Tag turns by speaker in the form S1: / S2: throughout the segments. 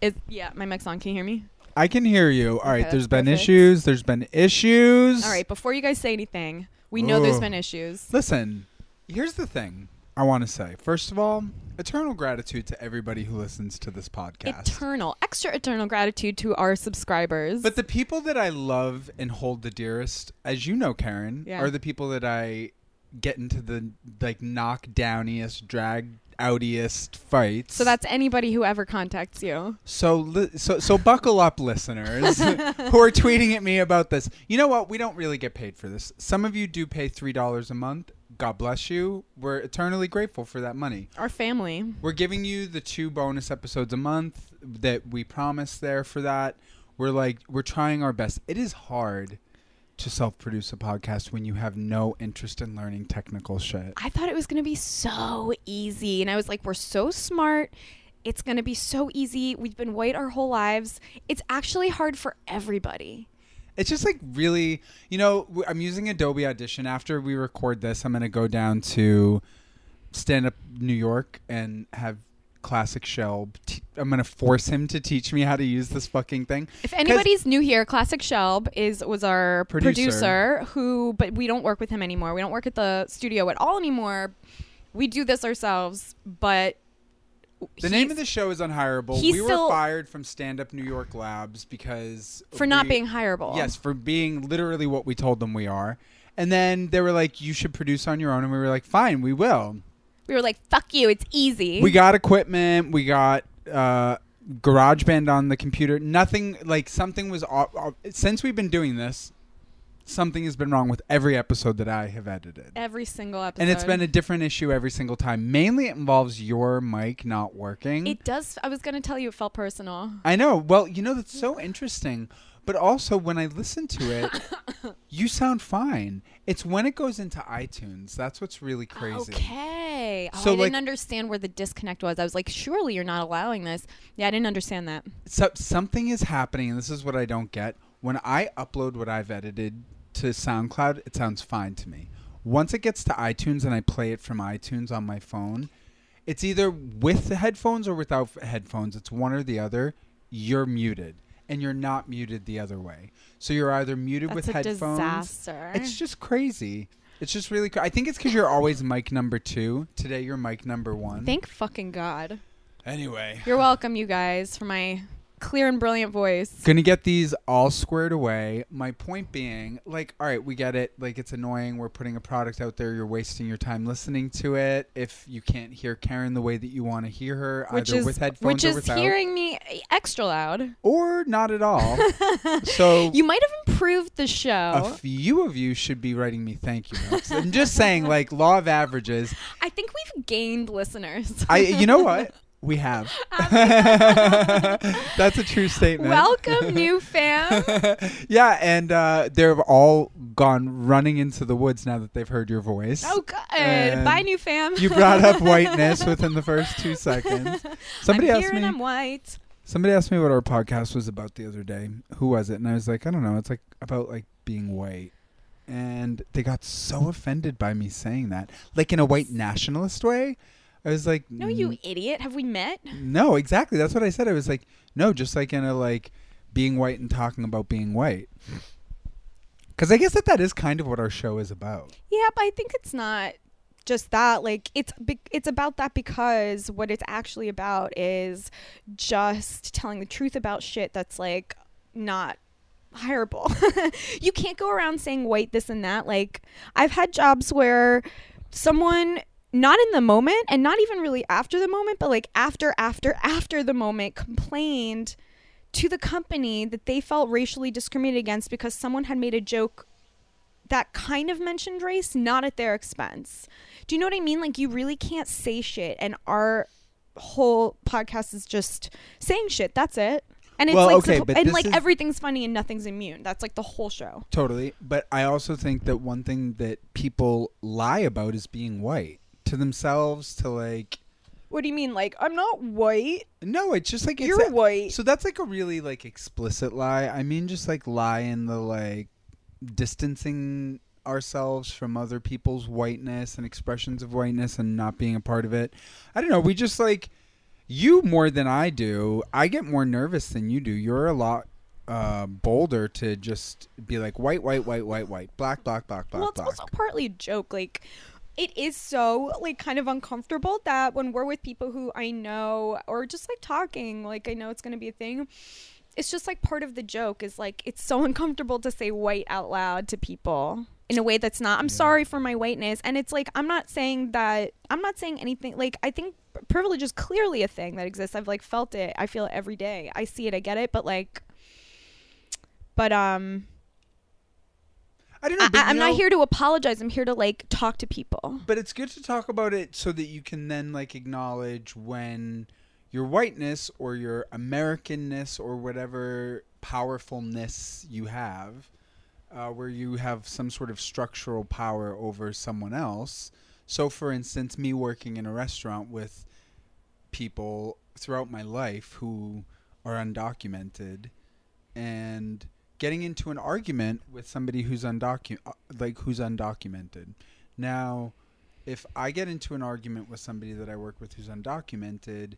S1: Is yeah, my mic's on. Can you hear me?
S2: I can hear you. All right,
S1: that's
S2: there's been
S1: perfect.
S2: issues. There's been issues.
S1: All right. Before you guys say anything, we know there's
S2: Ooh.
S1: been issues.
S2: Listen, here's the thing I want to say. First of all, eternal gratitude to everybody who listens to this podcast.
S1: Eternal, extra eternal gratitude to our subscribers.
S2: But the people that I love and hold the dearest, as you know, Karen,
S1: Yeah.
S2: are the people that I get into the like knock downiest, drag outiest fights.
S1: so that's anybody who ever contacts you.
S2: so li- so so buckle up, listeners who are tweeting at me about this. You know what? We don't really get paid for this. Some of you do pay three dollars a month. God bless you. We're eternally grateful for that money.
S1: Our family.
S2: We're giving you the two bonus episodes a month that we promised there for that. We're like we're trying our best. It is hard to self-produce a podcast when you have no interest in learning technical shit.
S1: I thought it was going to be so easy. And I was like, we're so smart. It's going to be so easy. We've been white our whole lives. It's actually hard for everybody.
S2: It's just like really, you know, w- I'm using Adobe Audition after we record this. I'm going to go down to stand up New York and have classic Shell. T- I'm going to force him to teach me how to use this fucking thing.
S1: If anybody's new here, Classic Shelb is was our
S2: Producer.
S1: producer. who but we don't work with him anymore. We don't work at the studio at all anymore. We do this ourselves, but
S2: The name of the show is unhireable.
S1: he's
S2: We were
S1: still-
S2: fired from Stand Up New York Labs because
S1: for not
S2: we-
S1: being hireable.
S2: Yes, for being literally what we told them we are. And then they were like, "You should produce on your own," and we were like, "Fine, we will."
S1: We were like, fuck you, it's easy.
S2: We got equipment. We got uh, GarageBand on the computer. Nothing like something was off, off- since we've been doing this. Something has been wrong with every episode that I have edited,
S1: every single episode.
S2: and it's been a different issue every single time. Mainly, it involves your mic not working.
S1: it does I was gonna tell you it felt personal.
S2: I know. Well, you know that's so interesting. But also, when I listen to it, you sound fine. It's when it goes into iTunes that's what's really crazy.
S1: Ah, Okay. Oh,
S2: So,
S1: I
S2: like-
S1: didn't understand where the disconnect was. I was like, surely you're not allowing this. Yeah, I didn't understand that.
S2: so something is happening, and this is what I don't get. When I upload what I've edited to SoundCloud, it sounds fine to me. Once it gets to iTunes and I play it from iTunes on my phone, it's either with the headphones or without f- headphones. It's one or the other. You're muted, and you're not muted the other way. So you're either muted
S1: That's
S2: with
S1: a
S2: headphones.
S1: disaster.
S2: It's just crazy. It's just really. Cra- I think it's because you're always mic number two. Today you're mic number one.
S1: Thank fucking God.
S2: anyway.
S1: You're welcome, you guys, for my clear and brilliant voice.
S2: Gonna get these all squared away. My point being, like, all right, we get it. Like, it's annoying. We're putting a product out there. You're wasting your time listening to it. If you can't hear Karen the way that you want to hear her,
S1: Which
S2: either
S1: is
S2: with headphones
S1: which
S2: or
S1: is
S2: without,
S1: hearing me eh, extra loud.
S2: or not at all. so,
S1: You might have improved the show.
S2: a few of you should be writing me thank you notes. I'm just saying, like, law of averages.
S1: I think we've gained listeners.
S2: I, you know what? We have. That's a true statement.
S1: welcome, new fam.
S2: yeah, and uh, they've all gone running into the woods now that they've heard your voice.
S1: Oh good.
S2: And
S1: Bye, new fam.
S2: You brought up whiteness within the first two seconds. Somebody
S1: I'm
S2: asked
S1: here
S2: me.
S1: and I'm white.
S2: somebody asked me what our podcast was about the other day. Who was it? And I was like, I don't know. It's like about like being white. And they got so offended by me saying that, like in a white nationalist way. I was like,
S1: No, you
S2: Mm-hmm.
S1: idiot. Have we met?
S2: No, exactly. That's what I said. I was like, no, just like in a like being white and talking about being white. Because I guess that that is kind of what our show is about.
S1: Yeah, but I think it's not just that. Like it's be- it's about that because what it's actually about is just telling the truth about shit that's like not hireable. you can't go around saying white this and that. Like I've had jobs where someone not in the moment and not even really after the moment, but like after after after the moment complained to the company that they felt racially discriminated against because someone had made a joke that kind of mentioned race, not at their expense. Do you know what I mean? Like, you really can't say shit, and our whole podcast is just saying shit. That's it. And it's
S2: Well,
S1: like,
S2: okay,
S1: suppo-
S2: but
S1: and
S2: this
S1: like
S2: is-
S1: everything's funny and nothing's immune. That's like the whole show.
S2: Totally. But I also think that one thing that people lie about is being white to themselves, to like,
S1: What do you mean? Like, I'm not white.
S2: no, it's just like, it's
S1: You're
S2: a-
S1: white.
S2: So that's like a really like explicit lie. I mean, just like lie in the like distancing ourselves from other people's whiteness and expressions of whiteness and not being a part of it. I don't know. We just like you more than I do. I get more nervous than you do. You're a lot uh, bolder to just be like white, white, white, white, white, black, black, black, black,
S1: well, it's
S2: black.
S1: also partly a joke. Like, it is so like kind of uncomfortable that when we're with people who I know or just like talking, like I know it's gonna be a thing. It's just like part of the joke is like it's so uncomfortable to say white out loud to people in a way that's not. I'm sorry for my whiteness, and it's like I'm not saying that. I'm not saying anything. Like I think privilege is clearly a thing that exists. I've like felt it. I feel it every day. I see it. I get it. But like, but um,
S2: I don't know.
S1: I,
S2: but
S1: I- I'm
S2: you
S1: not
S2: know-
S1: here to apologize. I'm here to like talk to people.
S2: But it's good to talk about it so that you can then like acknowledge when your whiteness or your Americanness or whatever powerfulness you have, uh, where you have some sort of structural power over someone else. So, for instance, me working in a restaurant with people throughout my life who are undocumented and getting into an argument with somebody who's undocu- uh, like who's undocumented. Now, if I get into an argument with somebody that I work with who's undocumented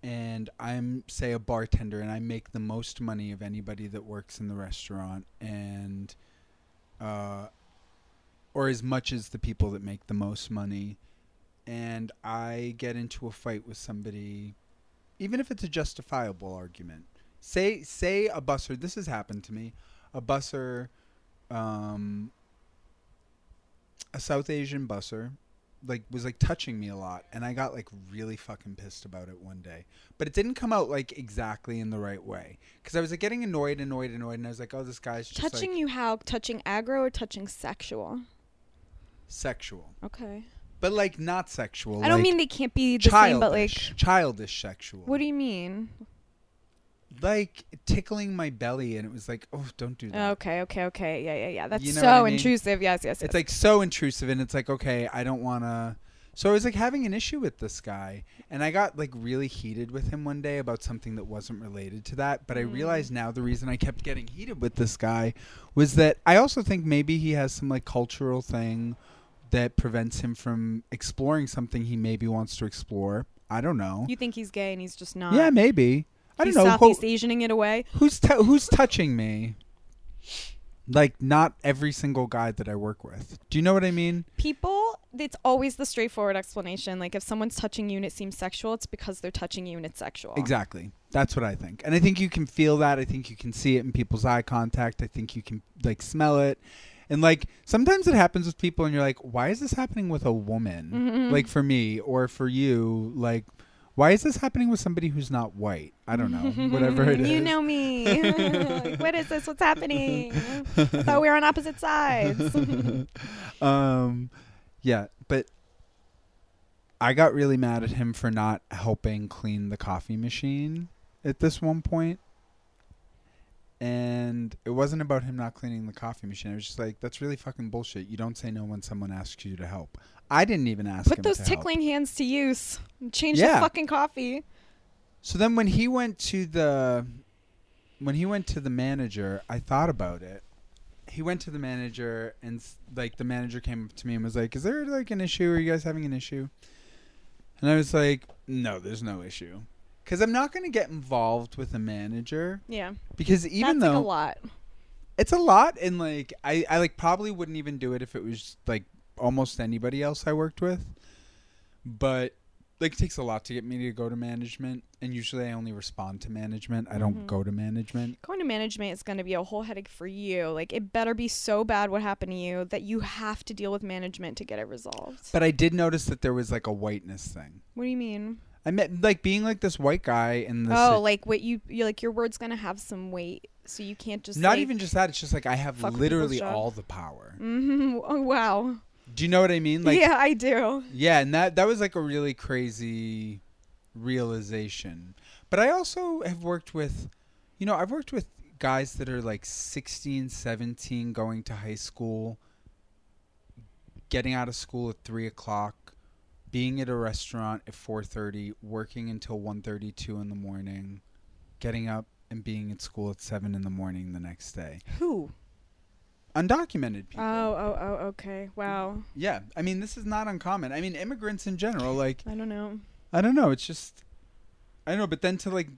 S2: and I'm say a bartender and I make the most money of anybody that works in the restaurant and uh or as much as the people that make the most money and I get into a fight with somebody even if it's a justifiable argument. Say say a busser this has happened to me. A busser um a South Asian busser like was like touching me a lot and I got like really fucking pissed about it one day. But it didn't come out like exactly in the right way cuz I was like getting annoyed annoyed annoyed and I was like oh this guy's just
S1: touching
S2: like
S1: you how? Touching aggro or touching sexual?
S2: sexual.
S1: Okay.
S2: But like not sexual.
S1: I don't
S2: like,
S1: mean they can't be the same, but like,
S2: childish, childish sexual.
S1: what do you mean?
S2: like tickling my belly and it was like, "Oh, don't do that."
S1: Okay, okay, okay. Yeah, yeah, yeah. That's
S2: You know what I
S1: so
S2: mean?
S1: intrusive. Yes, yes, yes.
S2: It's like so intrusive, and it's like, okay, I don't want to. So I was like having an issue with this guy, and I got like really heated with him one day about something that wasn't related to that. But I
S1: Mm.
S2: realized now the reason I kept getting heated with this guy was that I also think maybe he has some like cultural thing that prevents him from exploring something he maybe wants to explore. I don't know.
S1: you think he's gay and he's just not.
S2: yeah, maybe. I don't
S1: he's
S2: know. Ho-
S1: Southeast Asianing it away.
S2: Who's t- who's touching me? Like not every single guy that I work with. Do you know what I mean?
S1: People, it's always the straightforward explanation. Like if someone's touching you and it seems sexual, it's because they're touching you and it's sexual.
S2: Exactly. That's what I think. And I think you can feel that. I think you can see it in people's eye contact. I think you can like smell it. And like sometimes it happens with people and you're like, "Why is this happening with a woman?"
S1: Mhm.
S2: Like for me or for you, like why is this happening with somebody who's not white? I don't know. Whatever it is.
S1: Mm-hmm. You know me. Like, what is this? What's happening? I thought we were on opposite sides.
S2: um, yeah, but I got really mad at him for not helping clean the coffee machine at this one point. And it wasn't about him not cleaning the coffee machine. I was just like, that's really fucking bullshit. You don't say no when someone asks you to help. I didn't even ask
S1: Put
S2: him
S1: those
S2: to help.
S1: tickling hands to use. Change
S2: Yeah.
S1: the fucking coffee.
S2: So then when he went to the when he went to the manager, I thought about it. He went to the manager and s- like the manager came up to me and was like, "Is there like an issue? Are you guys having an issue?" And I was like, "No, there's no issue." Cuz I'm not going to get involved with a manager
S1: Yeah.
S2: because even
S1: That's
S2: though
S1: like a lot.
S2: it's a lot and like I, I like probably wouldn't even do it if it was like almost anybody else i worked with but like it takes a lot to get me to go to management and usually i only respond to management i don't
S1: Mhm.
S2: go to management
S1: Going to management is going to be a whole headache for you. Like, it better be so bad what happened to you that you have to deal with management to get it resolved.
S2: but i did notice that there was like a whiteness thing
S1: What do you mean?
S2: i meant like being like this white guy in this
S1: Oh, like what you you like your word's going to have some weight, so you can't just
S2: not
S1: like-
S2: even just that it's just like i have
S1: fuck with
S2: literally
S1: people's job.
S2: all the power
S1: Mhm. Oh wow.
S2: do you know what i mean like
S1: yeah, I do.
S2: Yeah, and that that was like a really crazy realization. But I also have worked with you know, I've worked with guys that are like 16, 17 going to high school, getting out of school at 3 o'clock, being at a restaurant at 4.30, working until 1.30, 2 in the morning, getting up and being at school at 7 in the morning the next day.
S1: Who?
S2: Undocumented people.
S1: Oh, oh, oh, okay. Wow.
S2: Yeah, I mean, this is not uncommon. I mean, immigrants in general, like,
S1: I don't know.
S2: I don't know. It's just I know, but then to like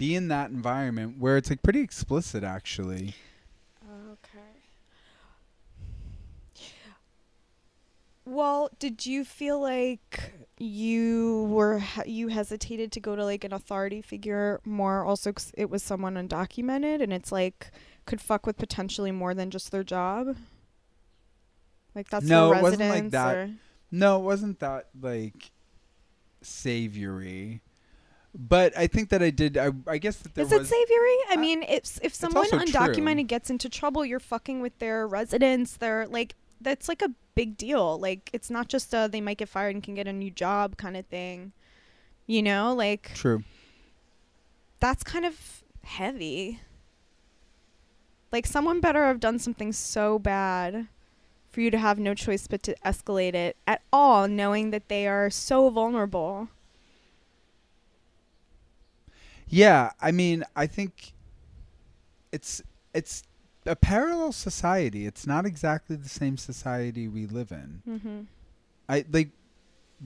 S2: be in that environment where it's like pretty explicit actually.
S1: Okay. Well, did you feel like you were he- you hesitated to go to like an authority figure more also 'cause it was someone undocumented and it's like could fuck with potentially more than just their job? Like that's
S2: No,
S1: their
S2: it wasn't like
S1: residence
S2: that.
S1: or
S2: No, it wasn't that like savory. But I think that I did I, I guess that there
S1: Is it
S2: was
S1: savory? I
S2: I-
S1: mean, if if someone
S2: also true.
S1: undocumented gets into trouble, you're fucking with their residence. They're like that's like a big deal. Like it's not just a they might get fired and can get a new job kind of thing. You know, like
S2: true.
S1: that's kind of heavy. Like someone better have done something so bad for you to have no choice but to escalate it at all, knowing that they are so vulnerable.
S2: Yeah, I mean, I think it's it's a parallel society. It's not exactly the same society we live in.
S1: Mm-hmm.
S2: I like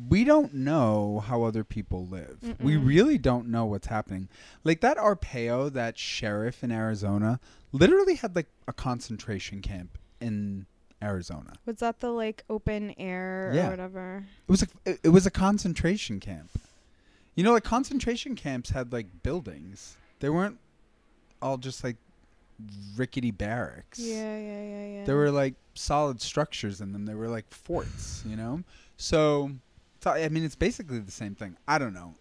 S2: we don't know how other people live. We
S1: Mm-mm.
S2: really don't know what's happening. Like that Arpeo, that sheriff in Arizona, literally had like a concentration camp in Arizona.
S1: Was that the like open air
S2: Yeah.
S1: or whatever?
S2: It was a it- it was a concentration camp. You know, like concentration camps had like buildings. They weren't all just like rickety barracks.
S1: Yeah, yeah, yeah, yeah.
S2: There were like solid structures in them. They were like forts, you know. So, so I mean, it's basically the same thing. I don't know.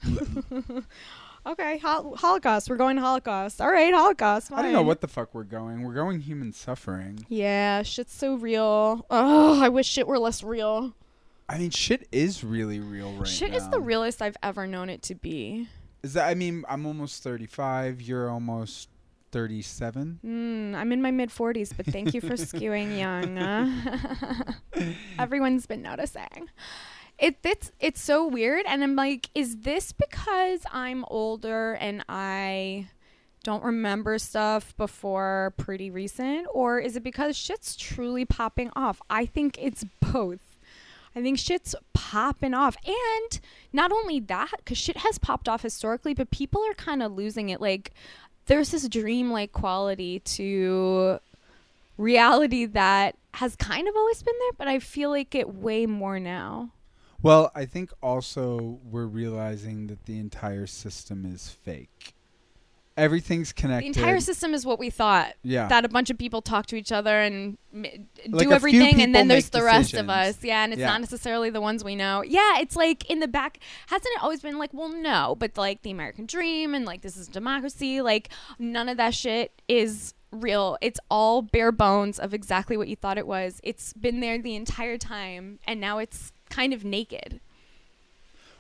S1: okay. Hol- Holocaust. We're going to Holocaust. All right, Holocaust.
S2: I don't know
S1: fine.
S2: what the fuck we're going. We're going human suffering.
S1: Yeah, shit's so real. Oh, I wish shit were less real.
S2: I mean, shit is really real right
S1: shit
S2: now.
S1: is the realest I've ever known it to be.
S2: Is that? I mean, I'm almost 35. You're almost 37.
S1: Mm, I'm in my mid 40s, but thank you for skewing young. uh. Everyone's been noticing. It it's it's so weird, and I'm like, is this because I'm older and I don't remember stuff before pretty recent, or is it because shit's truly popping off? I think it's both. I think shit's popping off. And not only that, because shit has popped off historically, but people are kind of losing it. Like, there's this dreamlike quality to reality that has kind of always been there, but I feel like it way more now.
S2: Well, I think also we're realizing that the entire system is fake. Everything's
S1: The
S2: connected.
S1: entire system is what we thought.
S2: yeah.
S1: That a bunch of people talk to each other and m-
S2: Like a
S1: do
S2: few
S1: everything,
S2: people
S1: and then there's
S2: make
S1: the rest of
S2: decisions.
S1: us. Yeah, and it's
S2: Yeah.
S1: not necessarily the ones we know. Yeah, it's like in the back, hasn't it always been like, well, no, but like the American dream and like this is democracy, like none of that shit is real. It's all bare bones of exactly what you thought it was. It's been there the entire time, and now it's kind of naked.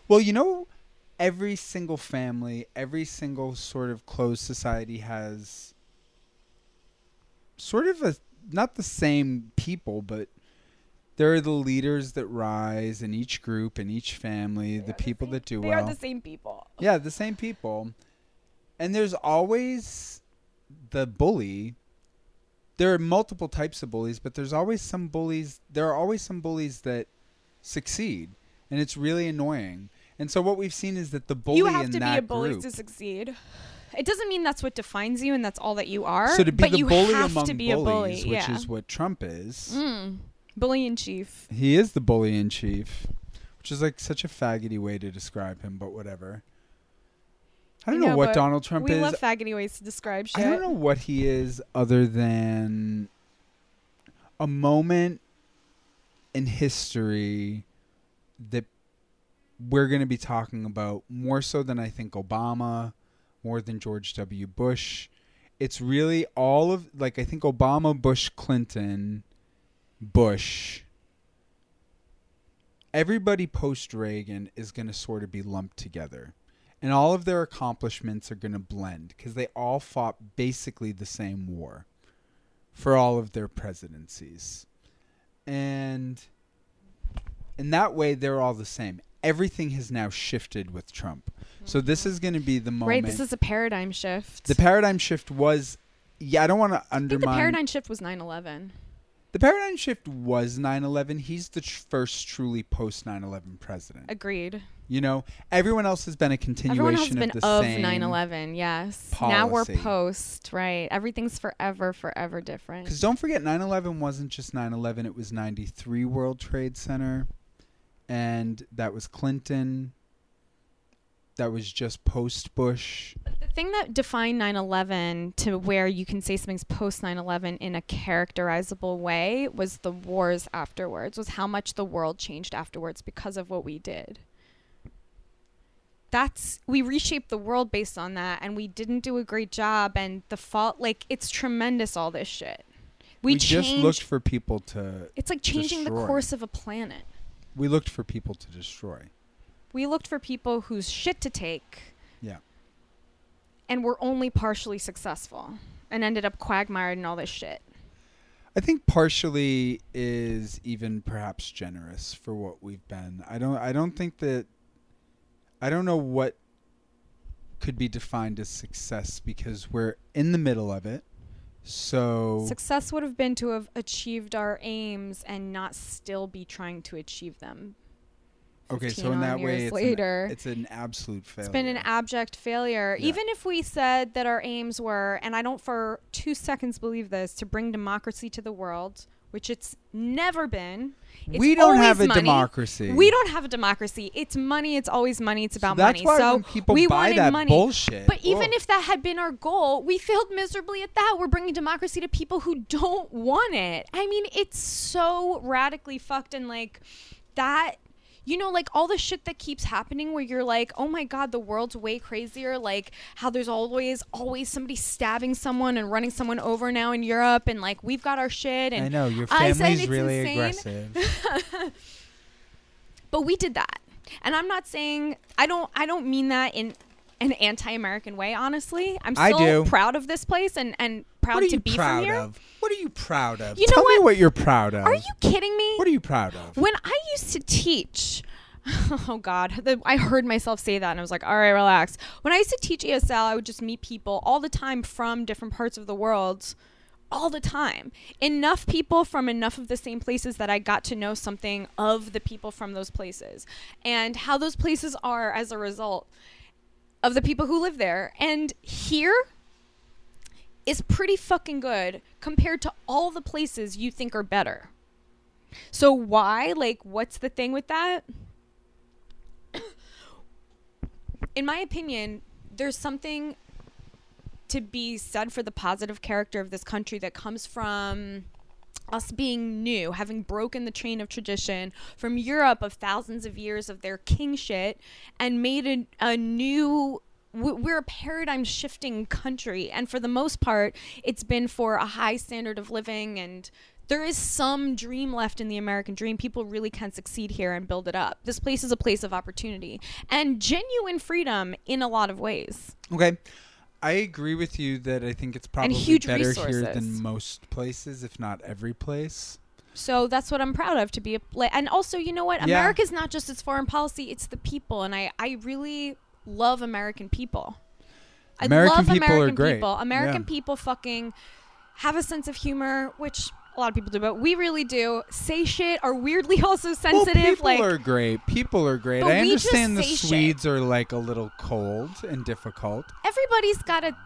S2: well, you know, every single family, every single sort of closed society has sort of a not the same people, but there are the leaders that rise in each group in each family, the people that do
S1: They
S2: well.
S1: are the same people.
S2: Yeah, the same people. And there's always the bully. There are multiple types of bullies, but there's always some bullies. There are always some bullies that succeed, and it's really annoying. And so what we've seen is that the bully
S1: you have
S2: in
S1: to be
S2: that
S1: a bully
S2: group.
S1: to succeed. It doesn't mean that's what defines you and that's all that you are.
S2: so to be
S1: but
S2: the
S1: you
S2: bully
S1: have
S2: among
S1: to be
S2: bullies,
S1: a bully,
S2: which
S1: yeah.
S2: is what Trump is.
S1: Mm. Bully in chief.
S2: He is the bully in chief, which is like such a faggoty way to describe him, but whatever. I
S1: I
S2: don't know,
S1: know,
S2: what
S1: but
S2: Donald Trump
S1: we
S2: is.
S1: love faggoty ways to describe shit.
S2: I don't know what he is other than a moment in history that we're going to be talking about more so than I think Obama, more than George W. Bush. It's really all of, like, I think Obama, Bush, Clinton, Bush. Everybody post Reagan is going to sort of be lumped together and all of their accomplishments are going to blend because they all fought basically the same war for all of their presidencies. And in that way, they're all the same. Everything has now shifted with Trump. So this is going to be the moment.
S1: Right, this is a paradigm shift.
S2: the paradigm shift was. Yeah, I don't want to
S1: I think the
S2: undermine.
S1: paradigm shift was 9/11.
S2: the The paradigm shift was 9/11. He's the tr- first truly post 9/11 president.
S1: Agreed.
S2: You know, everyone else has been a continuation
S1: Everyone has been
S2: of the
S1: of
S2: same.
S1: 9/11. Yes. Now we're
S2: policy.
S1: post, right? Everything's forever, forever different.
S2: Because don't forget, 9 11 wasn't just 9 11, it was 93 World Trade Center. And that was Clinton. That was just post Bush.
S1: The thing that defined 9 11 to where you can say something's post 9 11 in a characterizable way was the wars afterwards, was how much the world changed afterwards because of what we did. That's, we reshaped the world based on that, and we didn't do a great job. And the fault, like, it's tremendous, all this shit. We,
S2: just
S1: changed,
S2: looked for people to.
S1: it's like changing
S2: destroy.
S1: the course of a planet.
S2: We looked for people to destroy.
S1: We looked for people whose shit to take.
S2: Yeah.
S1: and were only partially successful and ended up quagmired and all this shit.
S2: I think partially is even perhaps generous for what we've been. I don't. I don't think that. I don't know what could be defined as success because we're in the middle of it. So
S1: Success would have been to have achieved our aims and not still be trying to achieve them.
S2: Okay, so
S1: 15
S2: in
S1: odd
S2: that way,
S1: years
S2: it's,
S1: later.
S2: An, it's an absolute failure.
S1: It's been an abject failure.
S2: Yeah.
S1: Even if we said that our aims were, and I don't for two seconds believe this, to bring democracy to the world, which it's never been. It's
S2: we don't have a
S1: always money.
S2: democracy.
S1: We don't have a democracy. It's money. It's always money. It's about
S2: so that's
S1: money.
S2: Why
S1: so
S2: when people
S1: we
S2: buy
S1: wanted
S2: that
S1: money.
S2: bullshit. oh,
S1: But even
S2: Whoa.
S1: if that had been our goal, we failed miserably at that. We're bringing democracy to people who don't want it. I mean, it's so radically fucked and like that. You know, like all the shit that keeps happening where you're like, oh my God, the world's way crazier. Like how there's always, always somebody stabbing someone and running someone over now in Europe. And like, we've got our shit. And
S2: I know your
S1: I
S2: family's
S1: said it's
S2: really
S1: insane.
S2: aggressive.
S1: but we did that and i'm not saying i don't i don't mean that in an anti-american way honestly i'm
S2: I
S1: still
S2: do.
S1: proud of this place and and
S2: what
S1: proud
S2: are
S1: to
S2: you
S1: be
S2: proud
S1: from here
S2: of? What are you proud of?
S1: You know
S2: Tell me
S1: what?
S2: what you're proud of.
S1: are you kidding me
S2: What are you proud of?
S1: when i used to teach oh god the, i heard myself say that and i was like all right relax when i used to teach esl i would just meet people all the time from different parts of the world all the time enough people from enough of the same places that i got to know something of the people from those places and how those places are as a result of the people who live there and here is pretty fucking good compared to all the places you think are better so why? Like, what's the thing with that? In my opinion, there's something to be said for the positive character of this country that comes from us being new, having broken the chain of tradition from Europe of thousands of years of their king shit and made a, a new. we- We're a paradigm shifting country. And for the most part, it's been for a high standard of living. And there is some dream left in the American dream. People really can succeed here and build it up. This place is a place of opportunity and genuine freedom in a lot of ways.
S2: Okay. I agree with you that I think it's probably
S1: huge
S2: better here
S1: resources.
S2: than most places, if not every place.
S1: So that's what I'm proud of to be a pla And also, you know what?
S2: Yeah.
S1: America's not just its foreign policy, it's the people. And I, I really love American people. I
S2: American
S1: love
S2: people are
S1: American
S2: great.
S1: people. American
S2: Yeah.
S1: people fucking have a sense of humor, which a lot of people do, but we really do. Say shit are weirdly also sensitive.
S2: Well, people
S1: like
S2: are great. People are great.
S1: But
S2: I
S1: we just
S2: understand the
S1: say shit.
S2: Swedes are like a little cold and difficult.
S1: everybody's got a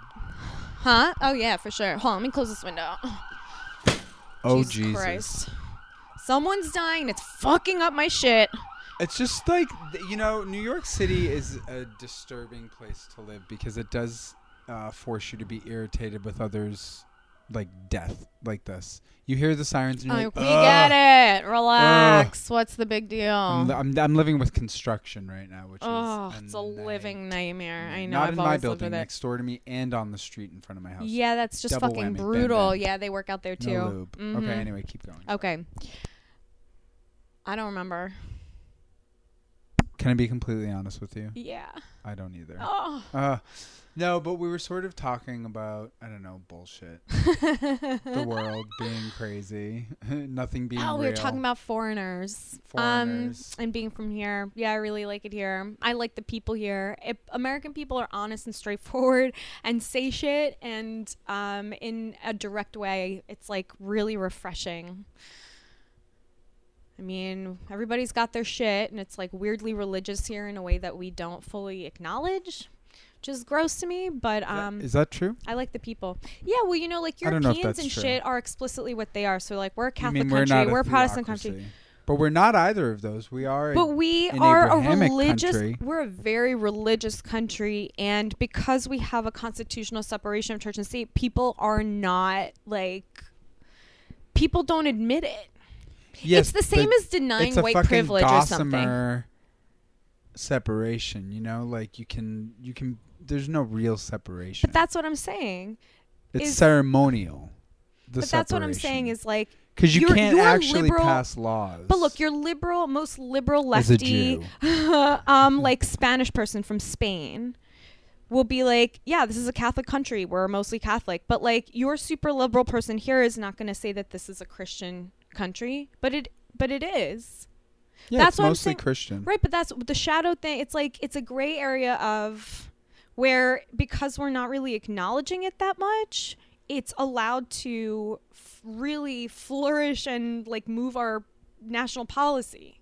S1: Huh? Oh yeah, for sure. Hold on, let me close this window.
S2: oh
S1: Jesus Christ. Someone's dying. It's fucking up my shit.
S2: It's just like th- you know, New York City is a disturbing place to live because it does uh, force you to be irritated with others, like death, like this. You hear the sirens, and you're
S1: Like,
S2: like,
S1: Uh, we
S2: "Ugh."
S1: get it. Relax. What's the big deal?
S2: I'm, li- I'm, I'm living with construction right now, which
S1: oh,
S2: is
S1: it's a living nightmare. I know.
S2: Not
S1: I've
S2: in
S1: always
S2: my
S1: lived
S2: building,
S1: with it.
S2: next door to me, and on the street in front of my house.
S1: Yeah, that's just
S2: Double
S1: fucking
S2: whammy. Bam,
S1: brutal.
S2: bam.
S1: Yeah, they work out there too.
S2: no lube.
S1: Mhm.
S2: Okay, anyway, keep going.
S1: Okay. I don't remember.
S2: Can I be completely honest with you?
S1: Yeah.
S2: I don't either.
S1: Oh.
S2: Uh, no, but we were sort of talking about I don't know bullshit, the world being crazy, nothing being.
S1: Oh, we were
S2: real.
S1: talking about foreigners.
S2: Foreigners.
S1: Um, and being from here. Yeah, I really like it here. I like the people here. If American people are honest and straightforward and say shit and um, in a direct way. It's like really refreshing. I mean, everybody's got their shit, and it's like weirdly religious here in a way that we don't fully acknowledge, which is gross to me. But um,
S2: Is that true?
S1: I like the people. Yeah, well, you know, like
S2: I don't know if
S1: Europeans
S2: that's
S1: and
S2: true.
S1: shit are explicitly what they are. So, like, we're a
S2: I
S1: Catholic
S2: mean,
S1: country,
S2: we're
S1: we're,
S2: not
S1: a Protestant country,
S2: theocracy. but we're not either of those. We are.
S1: but
S2: a-
S1: we
S2: an
S1: are a
S2: Abrahamic
S1: religious.
S2: country.
S1: We're a very religious country, and because we have a constitutional separation of church and state, people are not like people don't admit it.
S2: yes,
S1: it's the same as denying
S2: it's a
S1: white
S2: fucking
S1: privilege or something.
S2: gossamer separation. You know, like you can you can. There's no real separation.
S1: But that's what I'm saying.
S2: it's
S1: is-
S2: ceremonial. The
S1: But that's what I'm saying is like
S2: because you
S1: you're-
S2: can't
S1: you're a
S2: actually
S1: liberal-
S2: pass laws.
S1: But look, your liberal, most liberal
S2: As a
S1: lefty, um, like Spanish person from Spain, will be like, yeah, this is a Catholic country. We're mostly Catholic. But like your super liberal person here is not going to say that this is a Christian country, but it, but it is.
S2: yeah,
S1: that's
S2: it's
S1: what I'm
S2: mostly
S1: saying.
S2: Christian.
S1: Right, but that's the shadow thing. It's like it's a gray area of where because we're not really acknowledging it that much, it's allowed to f- really flourish and like move our national policy.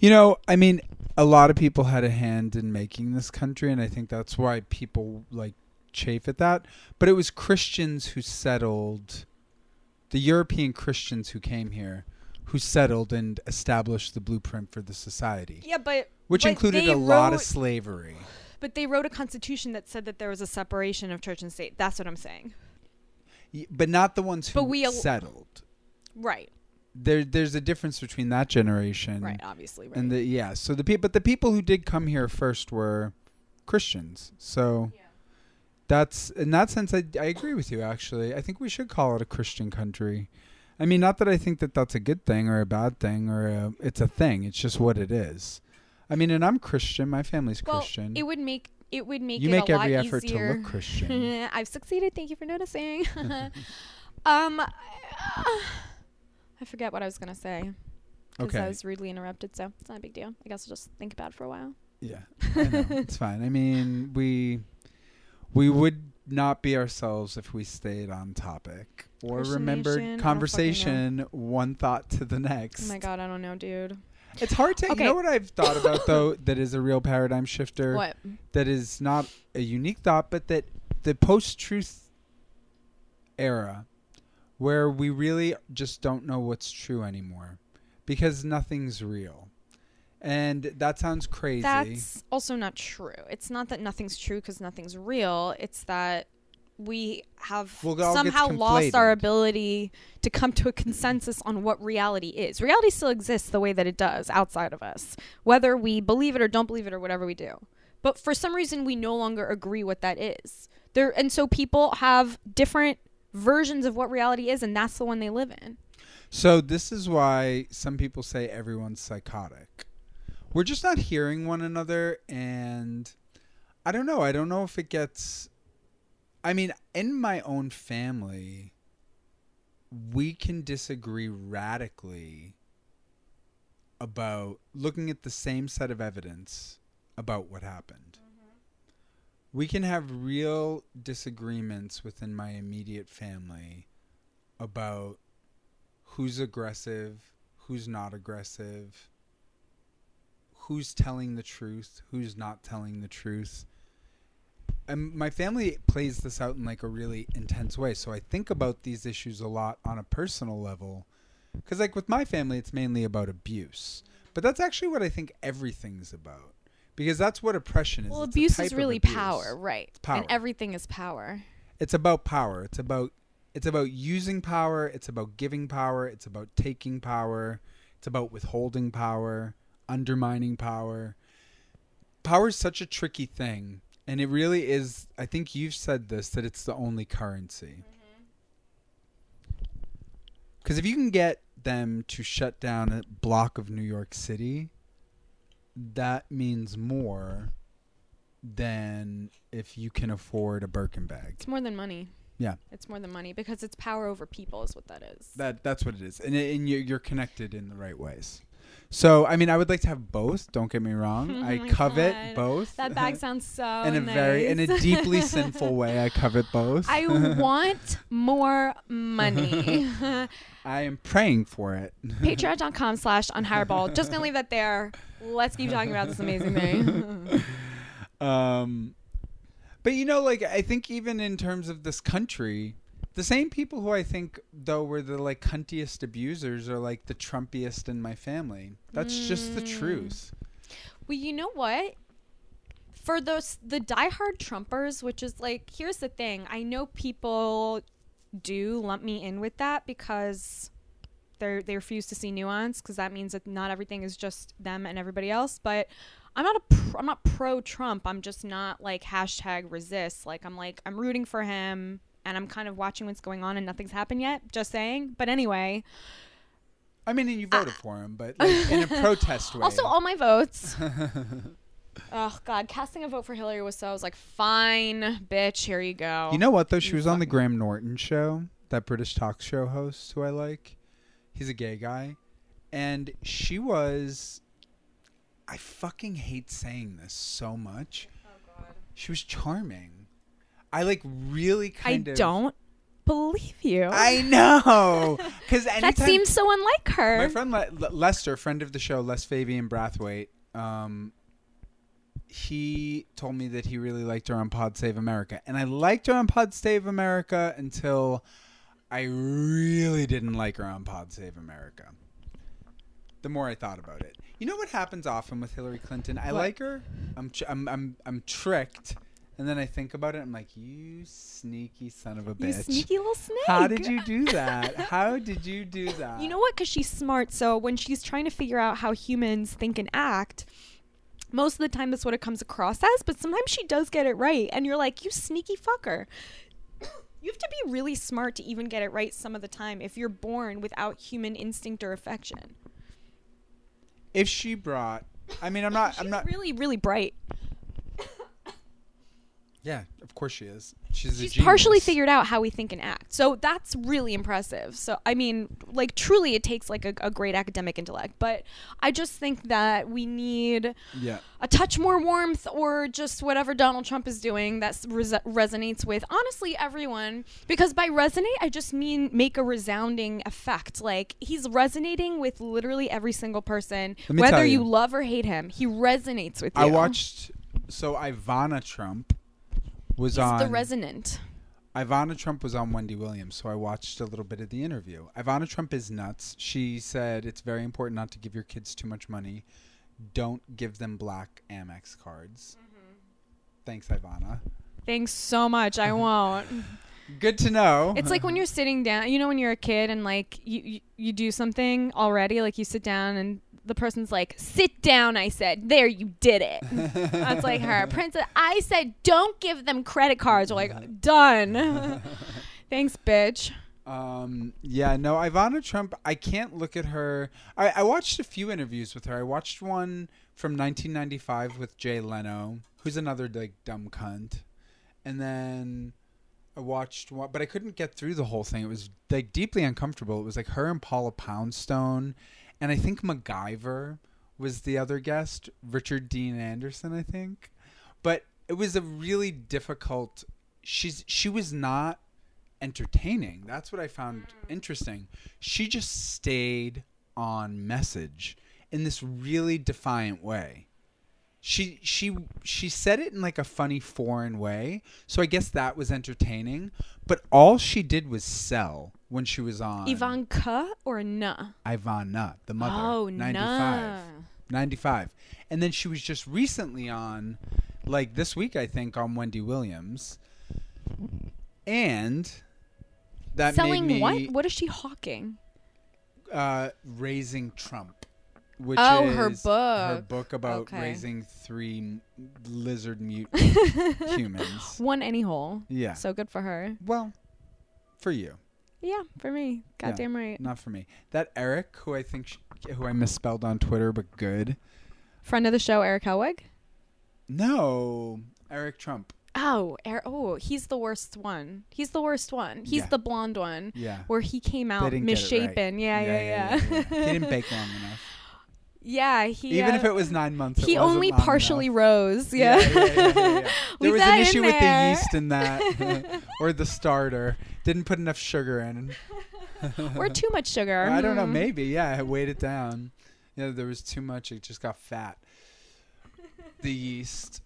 S2: You know, I mean, a lot of people had a hand in making this country, and I think that's why people like chafe at that. But it was Christians who settled, the European Christians who came here, who settled and established the blueprint for the society,
S1: Yeah, but
S2: which
S1: but
S2: included
S1: they
S2: a lot of
S1: wrote-
S2: slavery.
S1: But they wrote a constitution that said that there was a separation of church and state. That's what I'm saying.
S2: Y- But not the ones who
S1: But we al-
S2: settled.
S1: Right.
S2: There, there's a difference between that generation
S1: Right. Obviously. Right.
S2: and the yeah. So the people, but the people who did come here first were Christians. So that's in that sense, I I agree with you. Actually, I think we should call it a Christian country. I mean, not that I think that that's a good thing or a bad thing or a, it's a thing. It's just what it is. I mean, and I'm Christian. My family's
S1: well,
S2: Christian.
S1: it would make it would make
S2: you
S1: it
S2: make
S1: a lot
S2: every effort
S1: easier.
S2: to look Christian.
S1: I've succeeded. Thank you for noticing. um, I forget what I was gonna say. 'cause
S2: okay.
S1: I was rudely interrupted, so it's not a big deal. I guess I'll just think about it for a while. Oh
S2: Yeah, I know. it's fine. I mean, we we would not be ourselves if we stayed on topic or
S1: Christian
S2: remembered
S1: nation, I don't fucking know.
S2: conversation one thought to the next.
S1: Oh my god, I don't know, dude.
S2: It's hard to. You
S1: Okay.
S2: know what I've thought about though that is a real paradigm shifter.
S1: What?
S2: That is not a unique thought, but that the post-truth era where we really just don't know what's true anymore because nothing's real. And that sounds crazy.
S1: That's also not true. It's not that nothing's true because nothing's real. It's that we have
S2: Well, it all gets
S1: somehow lost our
S2: conflated.
S1: ability to come to a consensus on what reality is. Reality still exists the way that it does outside of us, whether we believe it or don't believe it or whatever we do. But for some reason, we no longer agree what that is. There, and so people have different versions of what reality is, and that's the one they live in.
S2: So this is why some people say everyone's psychotic. We're just not hearing one another and I don't know. I don't know if it gets I mean, in my own family we can disagree radically about looking at the same set of evidence about what happened. We can have real disagreements within my immediate family about who's aggressive, who's not aggressive, who's telling the truth, who's not telling the truth. And my family plays this out in like a really intense way. So I think about these issues a lot on a personal level. Because, like, with my family, it's mainly about abuse. But that's actually what I think everything's about. Because that's what oppression is.
S1: Well,
S2: It's a
S1: abuse
S2: type
S1: is
S2: of
S1: really
S2: abuse
S1: power, right?
S2: power.
S1: And everything is power.
S2: it's about power it's about it's about using power it's about giving power it's about taking power it's about withholding power undermining power power is such a tricky thing and it really is i think you've said this that it's the only currency because if you can get them to shut down a block of new york city that means more than if you can afford a Birkin bag.
S1: It's more than money.
S2: Yeah.
S1: It's more than money because it's power over people is what that is.
S2: That that's what it is, and and you're, you're connected in the right ways. So I mean, I would like to have both. Don't get me wrong. I
S1: Oh my
S2: covet
S1: God.
S2: both.
S1: that bag sounds so
S2: in a very in a
S1: nice.
S2: deeply sinful way. I covet both.
S1: I want more money.
S2: I am praying for it.
S1: Patreon.com slash unhireable. Just gonna leave that there. Let's keep talking about this amazing thing.
S2: Um, but you know, like I think even in terms of this country, the same people who I think though were the like cuntiest abusers are like the Trumpiest in my family. That's just the
S1: Mm.
S2: truth.
S1: well, you know what? For those the diehard Trumpers, which is like, here's the thing. I know people do lump me in with that because they they refuse to see nuance because that means that not everything is just them and everybody else. But I'm not a pr- I'm not pro Trump. I'm just not like hashtag resist. Like I'm like I'm rooting for him and I'm kind of watching what's going on and nothing's happened yet. Just saying. But anyway,
S2: I mean, and you voted for him, but like, in a protest way.
S1: Also, all my votes. oh God, casting a vote for Hillary was so. I was like, fine, bitch, here you go.
S2: you know what though? She
S1: You
S2: was on the
S1: fucking-
S2: Graham Norton show, that British talk show host who I like. He's a gay guy, and she was. I fucking hate saying this so much.
S1: Oh,
S2: She was charming. I like really
S1: I
S2: kind of.
S1: don't believe you.
S2: I know, because
S1: that seems so unlike
S2: my
S1: her.
S2: friend Le- Le- Lester, friend of the show, Les Fabian Brathwaite, um, he told me that he really liked her on Pod Save America, and I liked her on Pod Save America until I really didn't like her on Pod Save America. The more I thought about it, you know what happens often with Hillary Clinton? I
S1: What?
S2: like her. I'm, tr- I'm I'm I'm tricked, and then I think about it. I'm like, you sneaky son of a
S1: you
S2: bitch.
S1: sneaky little snake.
S2: How did you do that? How did you do that?
S1: You know what? Because she's smart. So when she's trying to figure out how humans think and act, most of the time that's what it comes across as. But sometimes she does get it right, and you're like, you sneaky fucker. You have to be really smart to even get it right some of the time if you're born without human instinct or affection.
S2: if she brought i mean i'm not i'm
S1: She's
S2: not
S1: really, really bright.
S2: yeah of course she is she's, a
S1: She's
S2: genius.
S1: partially figured out how we think and act. So that's really impressive. So I mean, like truly it takes like a, a great academic intellect. But I just think that we need
S2: yeah
S1: a touch more warmth or just whatever Donald Trump is doing that res- resonates with honestly everyone because by resonate I just mean make a resounding effect like he's resonating with literally every single person
S2: Let me
S1: whether
S2: tell
S1: you.
S2: you.
S1: love or hate him he resonates with you
S2: i watched so ivana trump was
S1: he's
S2: on
S1: the resonant
S2: Ivana Trump was on Wendy Williams, so I watched a little bit of the interview. Ivana Trump is nuts. She said it's very important not to give your kids too much money. Don't give them black Amex cards.
S1: Mm-hmm.
S2: Thanks, Ivana.
S1: thanks so much I won't
S2: Good to know.
S1: It's like when you're sitting down, you know, when you're a kid and like you, you, you do something already, like you sit down and the person's like, sit down, I said, there, you did it. That's like her. Princess, I said, don't give them credit cards. We're like, done. Thanks, bitch.
S2: Um, yeah, no, Ivana Trump, I can't look at her. I, I watched a few interviews with her. I watched one from 1995 with Jay Leno, who's another like dumb cunt. And then I watched one, but I couldn't get through the whole thing. It was like deeply uncomfortable. It was like her and Paula Poundstone, and I think MacGyver was the other guest, Richard Dean Anderson, I think. But it was a really difficult. She's she was not entertaining. That's what I found interesting. She just stayed on message in this really defiant way. She she she said it in like a funny foreign way, so I guess that was entertaining. But all she did was sell when she was on
S1: Ivanka or nah?
S2: Ivana, the mother,
S1: Oh,
S2: 95.
S1: nah.
S2: 95. And then she was just recently on, like this week, I think, on Wendy Williams. And that
S1: Selling
S2: made me
S1: what? What is she hawking?
S2: Uh, Raising Trump. Which
S1: Oh,
S2: is
S1: her
S2: Her
S1: book.
S2: book about
S1: Okay.
S2: raising three m- lizard mutant humans.
S1: One any hole.
S2: Yeah.
S1: So good for her.
S2: Well, for you.
S1: Yeah, for me.
S2: Yeah.
S1: Goddamn right.
S2: Not for me. That Eric, who I think, sh who I misspelled on Twitter, but good.
S1: Friend of the show, Eric Helwig.
S2: No, Eric Trump.
S1: Oh, er- oh, he's the worst one. He's the worst one. He's
S2: Yeah.
S1: the blonde one
S2: Yeah.
S1: where he came out
S2: didn't get it right.
S1: misshapen. Yeah, yeah, yeah. Yeah,
S2: yeah. he didn't bake long enough.
S1: he
S2: Even
S1: uh,
S2: if it was nine months, it
S1: he
S2: wasn't
S1: only
S2: long enough.
S1: partially rose. Yeah.
S2: yeah, yeah, yeah, yeah. There
S1: Leave
S2: was an
S1: that in
S2: issue with the
S1: there.
S2: yeast in that, or the starter didn't put enough sugar in.
S1: or too much sugar.
S2: I don't know.
S1: Hmm.
S2: Maybe yeah. I weighed it down. Yeah, there was too much. It just got fat. The yeast.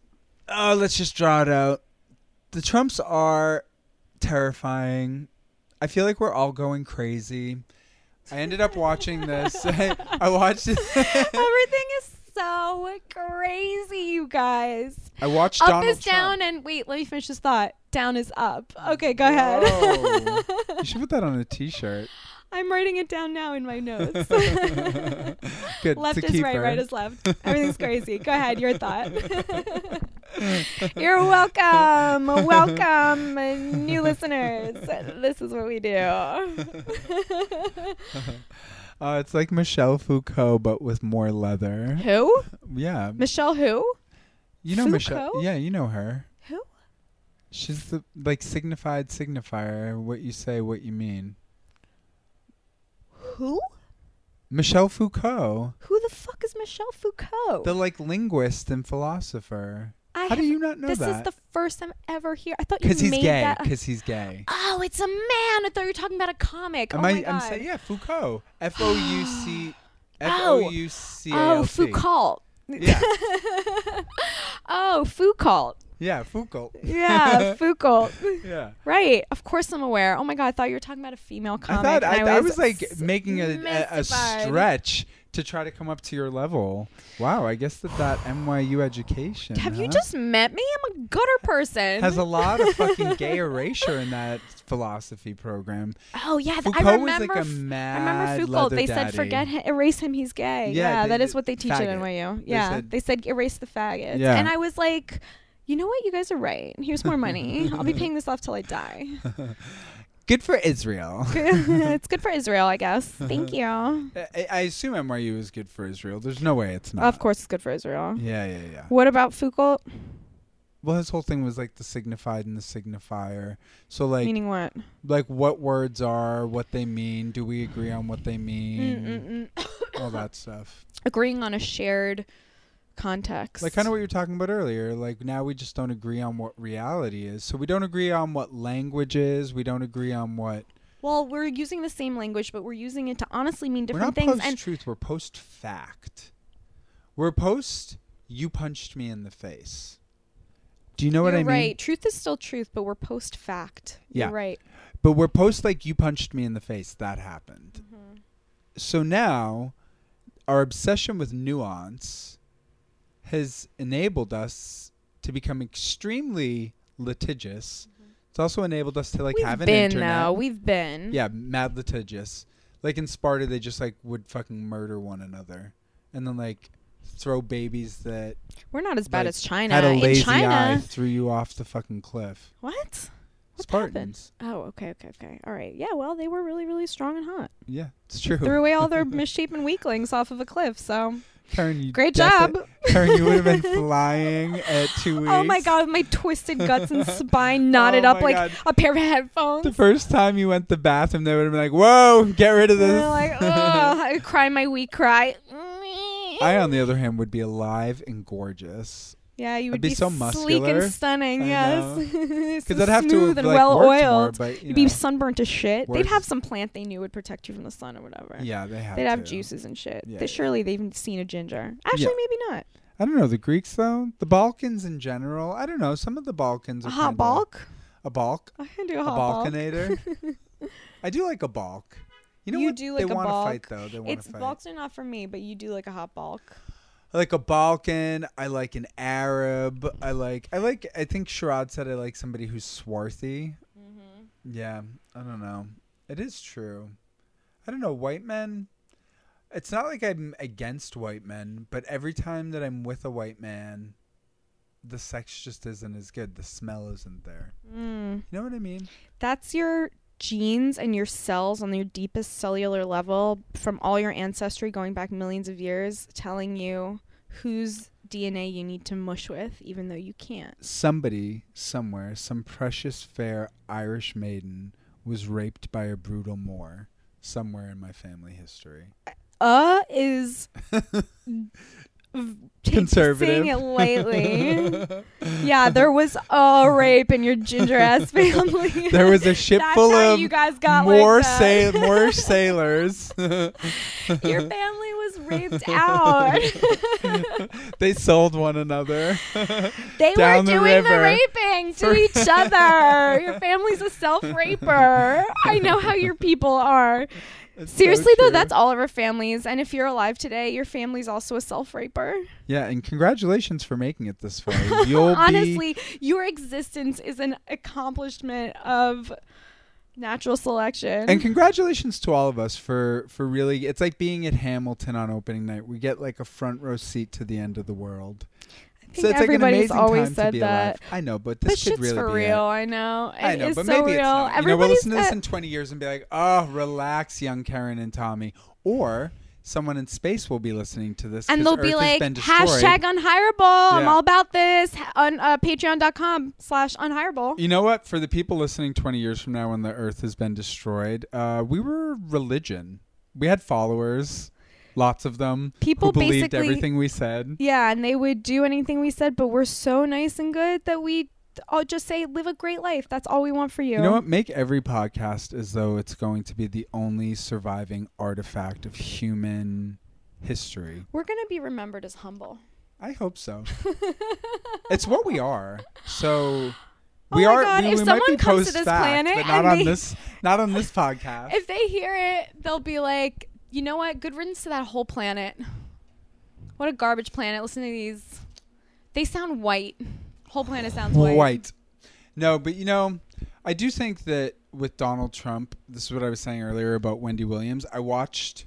S2: Oh, let's just draw it out. The Trumps are terrifying. I feel like we're all going crazy. I ended up watching this. I, I watched.
S1: Everything is so crazy, you guys.
S2: I watched
S1: up
S2: Donald
S1: is
S2: Trump.
S1: down, and wait, let me finish this thought. Down is up. Okay, go
S2: Whoa.
S1: ahead.
S2: You should put that on a T-shirt.
S1: I'm writing it down now in my notes.
S2: Good.
S1: left
S2: to
S1: is
S2: keep
S1: right,
S2: her.
S1: right is left. Everything's crazy. Go ahead, your thought. You're welcome. Welcome, uh, new listeners. This is what we do.
S2: Uh, it's like Michelle Foucault, but with more leather.
S1: who?
S2: Yeah,
S1: Michelle who?
S2: you know Michelle.
S1: Foucault?
S2: Yeah, you know her.
S1: Who?
S2: She's the like signified signifier. What you say, what you mean.
S1: Who?
S2: Michelle Foucault,
S1: Who the fuck is Michelle Foucault?
S2: the like linguist and philosopher.
S1: Oh. I
S2: How do
S1: have-
S2: you not know
S1: This is
S2: that?
S1: the first I'm ever here. I thought you
S2: Because
S1: made
S2: he's gay.
S1: that.
S2: Because he's gay.
S1: Oh, it's a man. I thought you were talking about a comic.
S2: Am
S1: oh
S2: I?
S1: my god.
S2: I'm saying yeah, Foucault. F O U C. F
S1: Oh.
S2: O U C. A
S1: oh,
S2: L T.
S1: Foucault.
S2: Yeah,
S1: Oh, Foucault.
S2: yeah, Foucault.
S1: Yeah, Foucault.
S2: Yeah.
S1: Right. Of course I'm aware. Oh my god, I thought you were talking about a female comic.
S2: I thought I,
S1: and
S2: I was like
S1: s-
S2: making a, a, a
S1: mystified.
S2: stretch to try to come up to your level. Wow, I guess that that NYU education.
S1: Have you
S2: huh,
S1: just met me? I'm a gutter person.
S2: has a lot of fucking gay erasure in that philosophy program?
S1: oh yeah, th-
S2: Foucault
S1: I remember.
S2: was like a
S1: f- I
S2: mad.
S1: remember Foucault.
S2: leather
S1: They
S2: daddy.
S1: said forget him, erase him. He's gay.
S2: Yeah,
S1: Yeah,
S2: they-
S1: that is what they teach
S2: faggot.
S1: at NYU.
S2: They
S1: Yeah,
S2: said-
S1: they said erase the faggots.
S2: Yeah.
S1: And I was like, you know what? You guys are right. Here's more money. I'll be paying this off till I die.
S2: Good for Israel.
S1: it's good for Israel, I guess. Thank you.
S2: I, I assume NYU is good for Israel. There's no way it's not.
S1: Of course, it's good for Israel.
S2: Yeah, yeah, yeah.
S1: What about Foucault?
S2: Well, his whole thing was like the signified and the signifier. So like,
S1: Meaning what?
S2: like what words are, what they mean. Do we agree on what they mean?
S1: Mm-mm-mm.
S2: All that stuff.
S1: Agreeing on a shared context.
S2: Like kind of what you were talking about earlier. Like now we just don't agree on what reality is. So we don't agree on what language is. We don't agree on what.
S1: Well, we're using the same language, but we're using it to honestly mean
S2: we're
S1: different
S2: not
S1: things.
S2: post
S1: And
S2: truth. We're post fact. We're post. You punched me in the face. Do you know what
S1: you're
S2: I mean?
S1: right. Truth is still truth, but we're post fact.
S2: Yeah.
S1: You're right.
S2: But we're post like you punched me in the face. That happened.
S1: Mm-hmm.
S2: So now, our obsession with nuance has enabled us to become extremely litigious. It's also enabled us to like
S1: Mm-hmm. We've
S2: have an
S1: been
S2: internet.
S1: though. We've been.
S2: Yeah, mad litigious. Like in Sparta, they just like would fucking murder one another, and then like throw babies that
S1: We're not as bad
S2: Like,
S1: as China.
S2: had a lazy
S1: In China.
S2: eye threw you off the fucking cliff.
S1: What? What happened?
S2: Spartans.
S1: Oh, okay, okay, okay. All right. Yeah, well, they were really, really strong and hot.
S2: Yeah, it's true.
S1: Threw away all their misshapen weaklings off of a cliff, so
S2: Karen, you
S1: great
S2: defi-
S1: job.
S2: Karen, you would have been flying at two weeks.
S1: Oh my god, my twisted guts and spine knotted
S2: Oh
S1: up
S2: my
S1: like
S2: God.
S1: a pair of headphones.
S2: The first time you went to the bathroom, they would have been like, "Whoa, get rid of
S1: And
S2: this."
S1: they're like, oh, I cry my wee cry.
S2: I, on the other hand, would be alive and gorgeous
S1: yeah, you would
S2: be
S1: be,
S2: so
S1: sleek
S2: muscular.
S1: and stunning.
S2: I
S1: yes,
S2: know.
S1: because
S2: because I'd have to
S1: smooth
S2: have
S1: and
S2: like,
S1: well
S2: worked more,
S1: oiled.
S2: but, you
S1: You'd be
S2: know.
S1: sunburnt to shit.
S2: worked-
S1: They'd have some plant they knew would protect you from the sun or whatever.
S2: yeah, they have.
S1: They'd have
S2: to.
S1: juices and shit.
S2: Yeah,
S1: they,
S2: yeah.
S1: Surely they've seen a ginger. Actually, maybe not.
S2: I don't know the Greeks though. The Balkans in general. I don't know. Some of the Balkans.
S1: A
S2: Are
S1: hot
S2: kinda-
S1: balk?
S2: A balk.
S1: I can do a
S2: A
S1: hot balk.
S2: balkanator. I do like a balk. You know
S1: You
S2: what?
S1: do
S2: they
S1: like a
S2: want to
S1: balk.
S2: fight though. They want
S1: It's
S2: to fight.
S1: balks are not for me, but you do like a hot balk.
S2: I like a Balkan. I like an Arab. I like. I like. I think Sharad said I like somebody who's swarthy. Yeah, I don't know. It is true. I don't know. White men. It's not like I'm against white men, but every time that I'm with a white man, the sex just isn't as good. The smell isn't there.
S1: Mm.
S2: You know what I mean?
S1: that's your genes and your cells on your deepest cellular level from all your ancestry going back millions of years telling you who's DNA you need to mush with, even though you can't.
S2: Somebody somewhere, some precious fair Irish maiden was raped by a brutal Moor somewhere in my family history.
S1: Uh is
S2: Conservative.
S1: saying it lately. yeah, there was a rape in your ginger ass family.
S2: There was a ship
S1: That's
S2: full
S1: how
S2: of
S1: you guys got
S2: more
S1: like that.
S2: sail more sailors.
S1: Your family was raped out.
S2: they sold one another.
S1: they
S2: Down
S1: were
S2: the
S1: doing the,
S2: river.
S1: raping to
S2: For-
S1: each other. Your family's a self-raper. I know how your people are.
S2: It's so
S1: Seriously though,
S2: true.
S1: that's all of our families. And if you're alive today, your family's also a self-raper.
S2: yeah. And congratulations for making it this far. You'll
S1: Honestly, your existence is an accomplishment of natural selection.
S2: be. And congratulations to all of us for for really. It's like being at Hamilton on opening night. We get like a front row seat to the end of the world.
S1: I think everybody's always said that.
S2: alive. I know, but
S1: But
S2: this could
S1: shit's
S2: really
S1: for
S2: be it.
S1: real. I know. It
S2: I know,
S1: is
S2: but
S1: so
S2: maybe
S1: real.
S2: it's not. You know, we'll
S1: Everybody's uh,
S2: listen to this in 20 years and be like, oh, relax, young Karen and Tommy. Or someone in space will be listening to this.
S1: and
S2: 'cause
S1: they'll
S2: Earth
S1: be
S2: has
S1: like
S2: been destroyed.
S1: hashtag unhireable. I'm
S2: Yeah.
S1: all about this Ha- on uh, patreon.com slash unhireable.
S2: You know what? For the people listening 20 years from now when the Earth has been destroyed, uh, we were religion. We had followers, lots of them.
S1: People
S2: who believed
S1: basically-
S2: everything we said.
S1: Yeah, and they would do anything we said, but we're so nice and good that we all just say live a great life. That's all we want for you.
S2: You know what? Make every podcast as though it's going to be the only surviving artifact of human history.
S1: We're gonna be remembered as humble.
S2: I hope so. it's what we are. So we
S1: Oh my
S2: are.
S1: God,
S2: we,
S1: if
S2: we might be
S1: someone comes to this
S2: post fact,
S1: planet
S2: but not
S1: and
S2: on
S1: they-
S2: this. Not on this podcast.
S1: If they hear it, they'll be like, you know what? Good riddance to that whole planet. What a garbage planet. Listen to these. They sound white. Whole planet sounds white.
S2: White. No, but you know, I do think that with Donald Trump, this is what I was saying earlier about Wendy Williams. I watched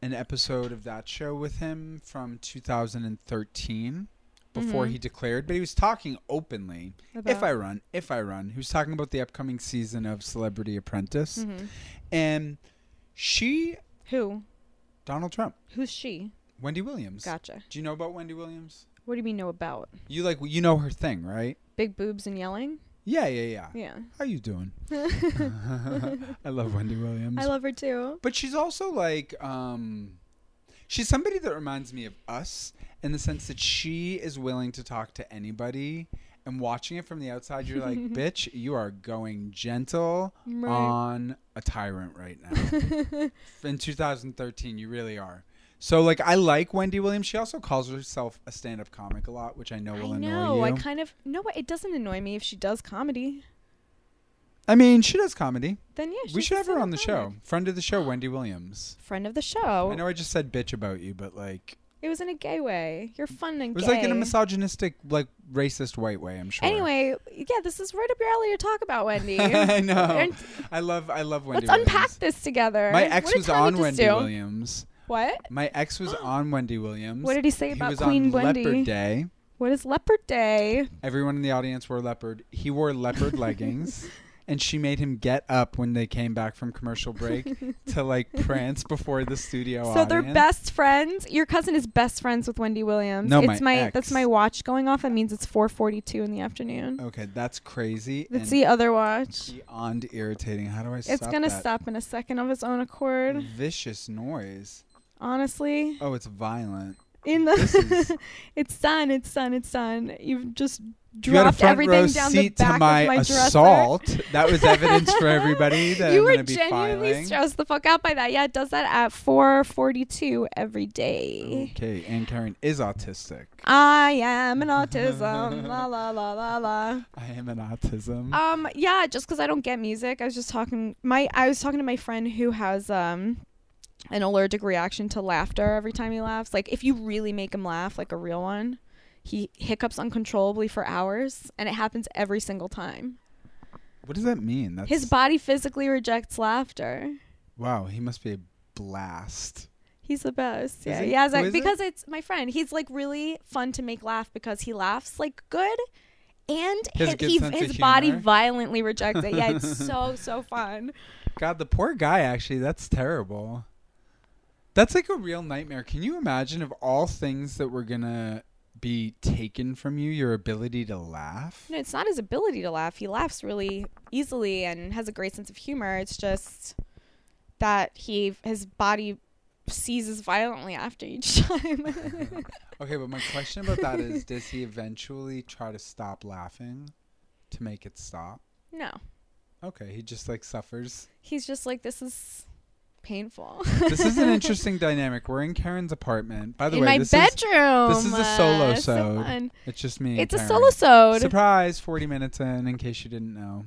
S2: an episode of that show with him from 2013 before
S1: Mhm.
S2: he declared, but he was talking openly. If
S1: About-
S2: I run, if I run, he was talking about the upcoming season of Celebrity Apprentice,
S1: Mhm.
S2: and she,
S1: Who?
S2: Donald Trump,
S1: Who's she?
S2: Wendy Williams.
S1: Gotcha.
S2: Do you know about Wendy Williams?
S1: What do you mean know about?
S2: You like you know her thing, right?
S1: Big boobs and yelling?
S2: Yeah, yeah, yeah.
S1: Yeah.
S2: How you doing? I love Wendy Williams.
S1: I love her too.
S2: but she's also like um she's somebody that reminds me of us in the sense that she is willing to talk to anybody and watching it from the outside you're like, "Bitch, you are going gentle
S1: Right.
S2: on a tyrant right now." in 2013, you really are. So like I like Wendy Williams. She also calls herself a stand-up comic a lot, which I know will
S1: I
S2: annoy
S1: know.
S2: you.
S1: I kind of no, but it doesn't annoy me if she does comedy.
S2: I mean, she does comedy.
S1: Then yeah,
S2: we
S1: she's
S2: should
S1: a
S2: have her on the
S1: stand-up
S2: show. Friend of the show, Wendy Williams.
S1: comic. Friend of the show.
S2: I know I just said bitch about you, but like
S1: It was in a gay way. You're fun and
S2: it was
S1: gay.
S2: like in a misogynistic, like racist white way. I'm sure.
S1: Anyway, yeah, this is right up your alley to talk about Wendy.
S2: I know.
S1: And-
S2: I love. I love Wendy.
S1: Let's unpack
S2: Williams.
S1: this together.
S2: My ex
S1: What did
S2: was
S1: Tommy
S2: on
S1: just
S2: Wendy
S1: do?
S2: Williams.
S1: What?
S2: My ex was on Wendy Williams.
S1: What did he say
S2: He
S1: about
S2: was
S1: Queen
S2: on
S1: Wendy?
S2: Leopard Day.
S1: What is Leopard Day?
S2: Everyone in the audience wore leopard. He wore leopard leggings. And she made him get up when they came back from commercial break to like prance before the studio
S1: so they're
S2: audience.
S1: best friends. Your cousin is best friends with Wendy Williams.
S2: No,
S1: it's
S2: my ex.
S1: that's my watch going off. That means it's 4:42 in the afternoon.
S2: Okay, that's crazy.
S1: That's
S2: Oh, and
S1: the other watch.
S2: beyond irritating. How do I stop
S1: It's gonna
S2: that? Mm.
S1: stop in a second of its own accord.
S2: Vicious noise.
S1: Honestly,
S2: Oh, it's violent.
S1: in
S2: This is-
S1: the it's done. It's done. It's done. You've just
S2: you had a
S1: dropped
S2: front row
S1: everything down the
S2: seat
S1: back
S2: to my,
S1: of my dresser.
S2: assault. That was evidence for everybody that
S1: you
S2: I'm
S1: were
S2: going to be
S1: genuinely
S2: filing.
S1: stressed the fuck out by that. Yeah, it does that at 4:42 every day.
S2: Okay, and Karen is autistic.
S1: I am an autism. la la la la la.
S2: I am an autism.
S1: Um, yeah, just because I don't get music, I was just talking. My I was talking to my friend who has um an allergic reaction to laughter every time he laughs. Like if you really make him laugh, like a real one, he hiccups uncontrollably for hours, and it happens every single time.
S2: what does that mean? That's
S1: His body physically rejects laughter.
S2: wow. He must be a blast.
S1: He's the best. Yeah.
S2: he?
S1: He has
S2: Who
S1: a-
S2: is it?
S1: because it's my friend. He's like really fun to make laugh because he laughs like good and
S2: He has a
S1: his,
S2: good
S1: he-
S2: sense of
S1: his body
S2: humor.
S1: violently rejects it. Yeah, it's so so fun.
S2: God, the poor guy. Actually, that's terrible. That's like a real nightmare. Can you imagine of all things that we're gonna be taken from you your ability to laugh.
S1: No, it's not his ability to laugh. He laughs really easily and has a great sense of humor. It's just that he his body seizes violently after each time.
S2: Okay, but my question about that is does he eventually try to stop laughing to make it stop?
S1: no.
S2: Okay, he just like suffers.
S1: He's just like this is painful.
S2: This is an interesting dynamic. We're in Karen's apartment. By the
S1: In
S2: way,
S1: my
S2: this is
S1: bedroom.
S2: this is a solo
S1: uh, so
S2: sode.
S1: fun.
S2: it's just me. and
S1: It's a
S2: Karen.
S1: solo sode.
S2: Surprise, 40 minutes in in case you didn't know.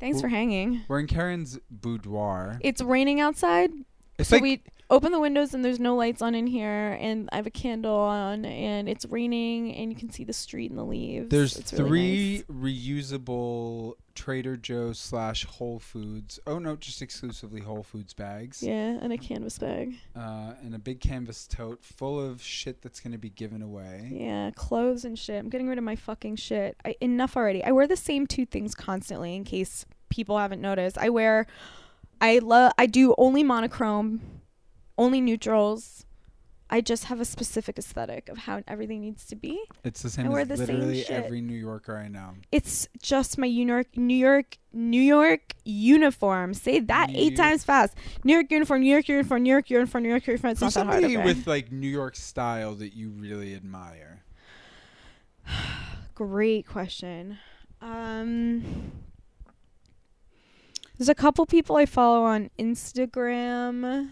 S1: Thanks for hanging.
S2: We're in Karen's boudoir.
S1: It's raining outside.
S2: It's
S1: so
S2: like
S1: we open the windows and there's no lights on in here and I have a candle on and it's raining and you can see the street and the leaves.
S2: There's
S1: It's really nice.
S2: three reusable Trader Joe's slash Whole Foods. Oh no, just exclusively Whole Foods bags.
S1: Yeah, and a canvas bag.
S2: Uh, and a big canvas tote full of shit that's gonna be given away.
S1: Yeah, clothes and shit. I'm getting rid of my fucking shit. I, enough already. I wear the same two things constantly in case people haven't noticed. I wear I love I do only monochrome, only neutrals. I just have a specific aesthetic of how everything needs to be.
S2: It's the same
S1: I wear
S2: as
S1: the same
S2: literally
S1: shit.
S2: every New Yorker I know.
S1: It's just my New York, New York, New York uniform. Say that
S2: New
S1: eight
S2: York.
S1: times fast. New York uniform, New York uniform, New York uniform, New York uniform. It's
S2: Who's
S1: not that hard.
S2: somebody
S1: okay.
S2: with like New York style that you really admire?
S1: Great question. Um, there's a couple people I follow on Instagram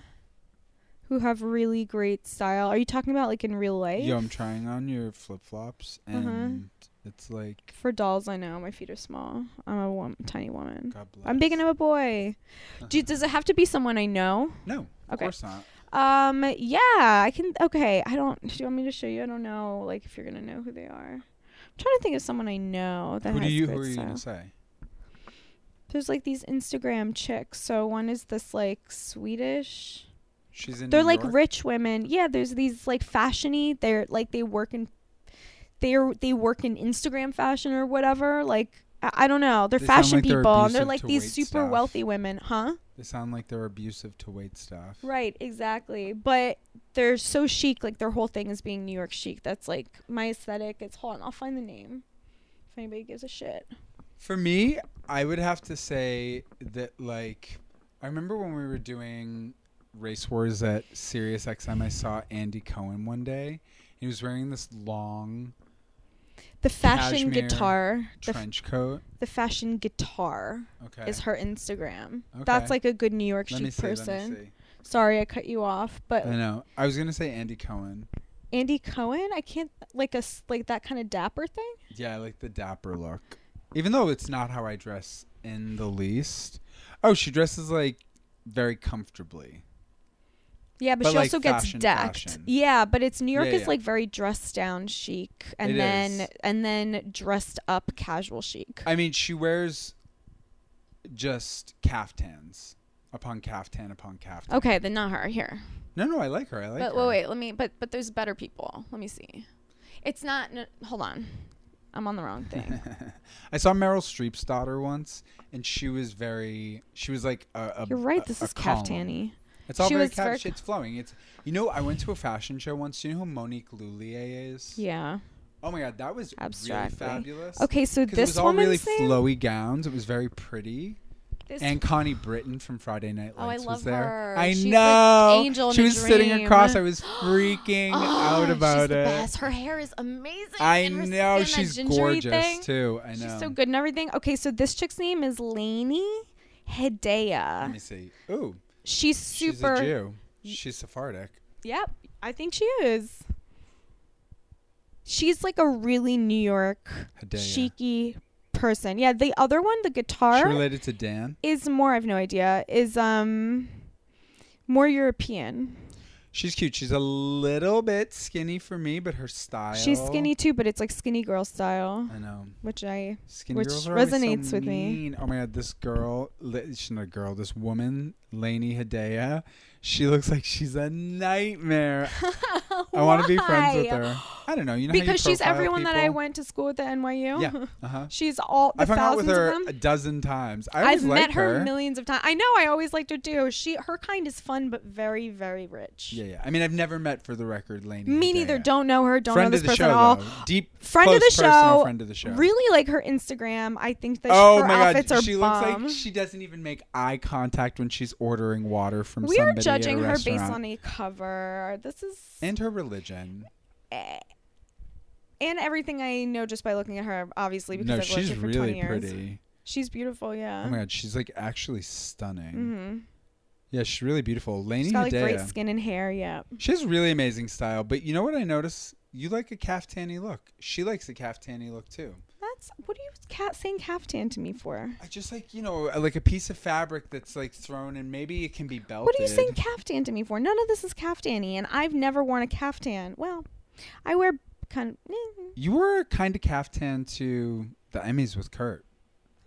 S1: who have really great style. Are you talking about like in real life?
S2: Yo, I'm trying on your flip flops,
S1: Mm-hmm.
S2: and it's like
S1: For dolls, I know my feet are small. I'm a wom- tiny woman.
S2: God bless.
S1: I'm big enough a boy. Do,
S2: Uh-huh.
S1: does it have to be someone I know?
S2: No, of
S1: Okay.
S2: course not.
S1: Um, yeah, I can. Okay, I don't. Do you want me to show you? I don't know. Like, if you're gonna know who they are, I'm trying to think of someone I know that
S2: Who do
S1: has
S2: you?
S1: good
S2: Who are you
S1: style.
S2: gonna say?
S1: There's like these Instagram chicks. So one is this like Swedish.
S2: She's in.
S1: They're
S2: New
S1: like
S2: York?
S1: rich women. Yeah, there's these like fashiony. They're like they work in they're they work in Instagram fashion or whatever. Like I, I don't know. They're
S2: They sound
S1: fashion
S2: like they're
S1: people and they're
S2: abusive
S1: like
S2: to
S1: these
S2: wait
S1: super
S2: staff.
S1: wealthy women, huh?
S2: They sound like they're abusive to wait staff.
S1: Right, exactly. But they're so chic, like their whole thing is being New York chic. That's like my aesthetic. It's hold on, I'll find the name. If anybody gives a shit.
S2: For me, I would have to say that like I remember when we were doing race wars at Sirius XM, I saw Andy Cohen one day. He was wearing this long
S1: The fashion
S2: Cashmere
S1: guitar. The, f-
S2: trench coat.
S1: the fashion guitar.
S2: Okay.
S1: is her Instagram.
S2: Okay.
S1: That's like a good New York
S2: let me
S1: chic
S2: see, Let
S1: person.
S2: me
S1: Sorry, I cut you off, but
S2: see. I know. I was gonna say Andy Cohen.
S1: Andy Cohen, I can't like a s- like that kind of dapper thing.
S2: Yeah, I like the dapper look. Even though it's not how I dress in the least. Oh, she dresses like very comfortably.
S1: Yeah, but,
S2: But,
S1: she
S2: like,
S1: also gets
S2: fashion,
S1: decked.
S2: fashion.
S1: Yeah, but it's New York
S2: Yeah,
S1: is
S2: yeah.
S1: like very dressed down chic, and
S2: It
S1: then
S2: is.
S1: and then dressed up casual chic.
S2: I mean, she wears just caftans upon caftan upon caftan.
S1: okay, then not her here.
S2: No, no, I like her. I like
S1: but
S2: her.
S1: wait, wait, let me. But but there's better people. Let me see. It's not. n hold on, I'm on the wrong thing.
S2: I saw Meryl Streep's daughter once, and she was very. She was like a. a
S1: You're right.
S2: a-
S1: This
S2: a
S1: is
S2: column.
S1: caftan-y.
S2: It's all
S1: She
S2: very
S1: was
S2: cap-
S1: very-
S2: It's flowing. It's you know. I went to a fashion show once. Do you know who Monique Lullier is?
S1: Yeah.
S2: Oh my god, that was
S1: Abstractly.
S2: really fabulous.
S1: Okay, so
S2: 'Cause
S1: this
S2: it was all really
S1: woman's name.
S2: flowy gowns. It was very pretty.
S1: this
S2: And Connie Britton from Friday Night Lights
S1: Oh, I
S2: was
S1: love
S2: there.
S1: her.
S2: I
S1: She's like
S2: know.
S1: angel in
S2: she
S1: a
S2: was sitting
S1: dream.
S2: across. I was freaking
S1: Oh,
S2: out about
S1: she's the
S2: it.
S1: best. Her hair is amazing.
S2: I
S1: and her
S2: know
S1: skin, that
S2: she's
S1: gingery
S2: gorgeous
S1: thing.
S2: too. I know.
S1: She's so good and everything. Okay, so this chick's name is Lainey
S2: Let
S1: Hedaya.
S2: me see. Ooh,
S1: She's
S2: she's a
S1: super.
S2: Jew. She's Sephardic.
S1: Yep, I think she is. She's like a really New York
S2: Hedaya.
S1: chicy person. Yeah, the other one, the
S2: She
S1: guitar,
S2: related to Dan.
S1: is more. I have no idea. Is um more European.
S2: She's cute. She's a little bit skinny for me, but her style.
S1: She's skinny too, but it's like skinny girl style,
S2: I know.
S1: which I
S2: Skinny
S1: Which
S2: girls are always so
S1: resonates with me.
S2: mean. Oh my god, this girl, li- she's not a girl, this woman, Lainey Hedaya, she looks like she's a nightmare. I want to be friends with her. I don't know. You know how you
S1: because she's
S2: profile
S1: everyone that I
S2: people?
S1: went to school with at NYU.
S2: Yeah. Uh-huh.
S1: she's all the
S2: I've hung out
S1: thousands
S2: with her
S1: of
S2: a
S1: them.
S2: dozen times. I always
S1: I've met
S2: liked
S1: her, millions of times. I know. I always liked her too. She her kind is fun, but very very rich.
S2: Yeah, yeah. I mean, I've never met for the record, Lainey.
S1: Me neither.
S2: Hedaya.
S1: Don't know her. Don't
S2: friend
S1: know this
S2: of the
S1: person
S2: show,
S1: at all.
S2: Though. Deep
S1: Friend of
S2: close
S1: the
S2: personal
S1: show.
S2: Friend of the show.
S1: Really like her Instagram. I think that
S2: Oh
S1: her
S2: my
S1: outfits
S2: god,
S1: are
S2: she looks
S1: bomb.
S2: like she doesn't even make eye contact when she's ordering water from
S1: we are
S2: somebody. at a
S1: judging her based
S2: restaurant.
S1: on a cover. This is
S2: and her religion.
S1: eh. and everything I know just by looking at her, obviously, because
S2: No,
S1: I've
S2: she's
S1: loved her for
S2: really
S1: 20 years. Uh-huh.
S2: pretty.
S1: She's beautiful, yeah.
S2: Oh my god, she's like actually stunning.
S1: hmm
S2: Yeah, she's really beautiful. Lainey
S1: She's got like
S2: Hedaya.
S1: great skin and hair, yeah.
S2: She has really amazing style, but you know what I notice? You like a caftany look. She likes a caftany look too.
S1: That's what are you cat saying caftan to me for?
S2: I just like you know uh, like a piece of fabric that's like thrown and maybe it can be belted.
S1: What are you saying caftan to me for? None of this is caftan-y, and I've never worn a caftan. Well, I wear kind of. eh, It
S2: You were kind of caftan to the Emmys with Kurt.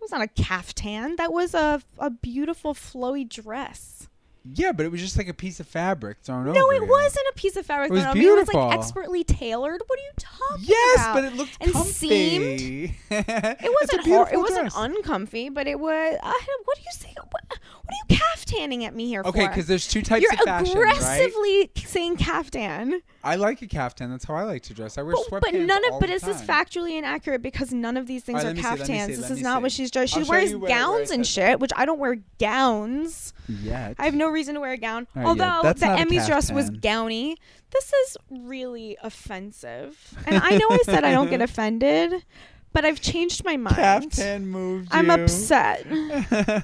S1: was not a caftan. That was a a beautiful flowy dress.
S2: Yeah, but it was just like a piece of fabric thrown over.
S1: No, it
S2: you.
S1: wasn't a piece of fabric.
S2: Oh It was
S1: thrown over you. It was
S2: beautiful.
S1: like expertly tailored. What are you talking
S2: Yes,
S1: about?
S2: but it looked
S1: and
S2: comfy.
S1: seamed. It
S2: It's a
S1: wasn't hor- It
S2: beautiful
S1: wasn't
S2: dress.
S1: uncomfy, but it was. I, don't- what are you saying? What, what are you caftaning at me here for?
S2: okay, because there's two types
S1: you're
S2: of fashion, right?
S1: aggressively saying caftan,
S2: I like a caftan. That's how I like to dress. I wear
S1: but,
S2: sweatpants.
S1: but none of.
S2: all
S1: But
S2: the
S1: this is
S2: time.
S1: factually inaccurate because none of these things
S2: All
S1: are
S2: right, let me see, let me see,
S1: caftans. This
S2: let
S1: is
S2: me
S1: not what
S2: see.
S1: she's dressed. She
S2: I'll show
S1: wears
S2: you where- where it
S1: gowns and
S2: says
S1: shit, which I don't wear gowns.
S2: Yet.
S1: I have no reason to wear a gown.
S2: Oh, yeah,
S1: Although
S2: that's
S1: the
S2: not a
S1: Emmy's dress was
S2: caftan.
S1: gowny. This is really offensive. And I know I said I don't get offended, but I've changed my mind.
S2: Caftan moved.
S1: I'm
S2: you.
S1: upset.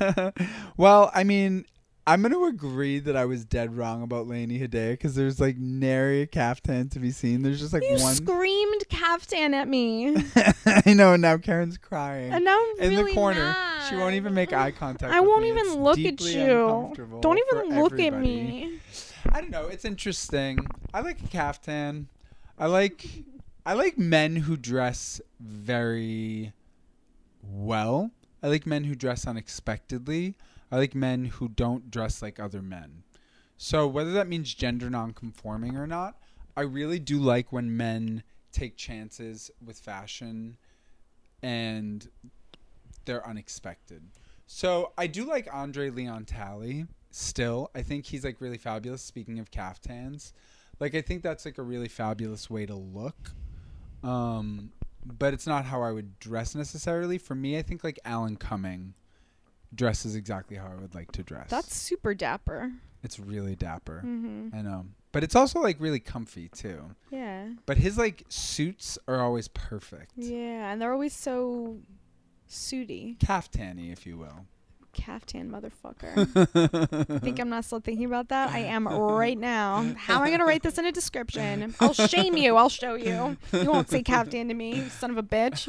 S2: well, I mean, I'm going to agree that I was dead wrong about Lainey Hedaya because there's like nary a caftan to be seen. There's just like
S1: You
S2: one.
S1: screamed caftan at me.
S2: I know, and now Karen's crying
S1: And now I'm
S2: in
S1: really
S2: the corner.
S1: mad.
S2: She won't even make eye contact.
S1: I
S2: with
S1: won't
S2: me.
S1: even
S2: It's
S1: look at
S2: deeply
S1: you.
S2: uncomfortable
S1: Don't
S2: for
S1: even look at
S2: everybody.
S1: me.
S2: I don't know. It's interesting. I like a caftan. I like I like men who dress very well. I like men who dress unexpectedly. I like men who don't dress like other men. So whether that means gender nonconforming or not, I really do like when men take chances with fashion and they're unexpected. So I do like Andre Leon Talley still. I think he's like really fabulous. Speaking of caftans, like I think that's like a really fabulous way to look. Um, but it's not how I would dress necessarily. For me, I think like Alan Cumming dresses exactly how I would like to dress.
S1: That's super dapper.
S2: it's really dapper.
S1: hmm
S2: I know, um, but it's also like really comfy too.
S1: Yeah.
S2: But his like suits are always perfect,
S1: Yeah. And they're always so sooty.
S2: caftan-y, if you will.
S1: Caftan motherfucker. think I'm not still thinking about that? I am right now. How am I going to write this in a description? I'll shame you. I'll show you. You won't say caftan to me, you son of a bitch.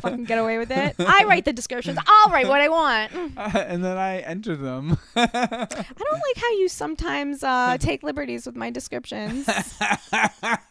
S1: Fucking get away with it. I write the descriptions. I'll write what I want. I
S2: and then I enter them.
S1: don't like how you sometimes uh, take liberties with my descriptions.
S2: what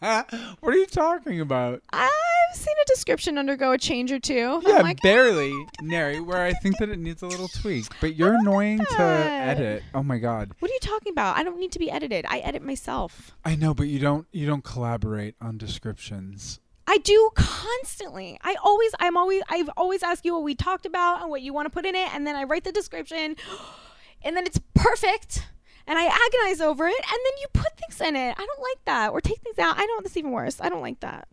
S2: are you talking about?
S1: I've seen a description undergo a change or two.
S2: Yeah,
S1: I'm like,
S2: barely, Nary, where I think that it needs a little tweak. But
S1: Oh
S2: you're annoying to
S1: that.
S2: edit. Oh my god.
S1: what are you talking about? I don't need to be edited. I edit myself.
S2: I know, but you don't you don't collaborate on descriptions.
S1: I do constantly. I always, I'm always, I've always asked you what we talked about and what you want to put in it, and then I write the description, and then it's perfect, and I agonize over it, and then you put things in it. I don't like that, or take things out. I don't. That's even worse. I don't like that.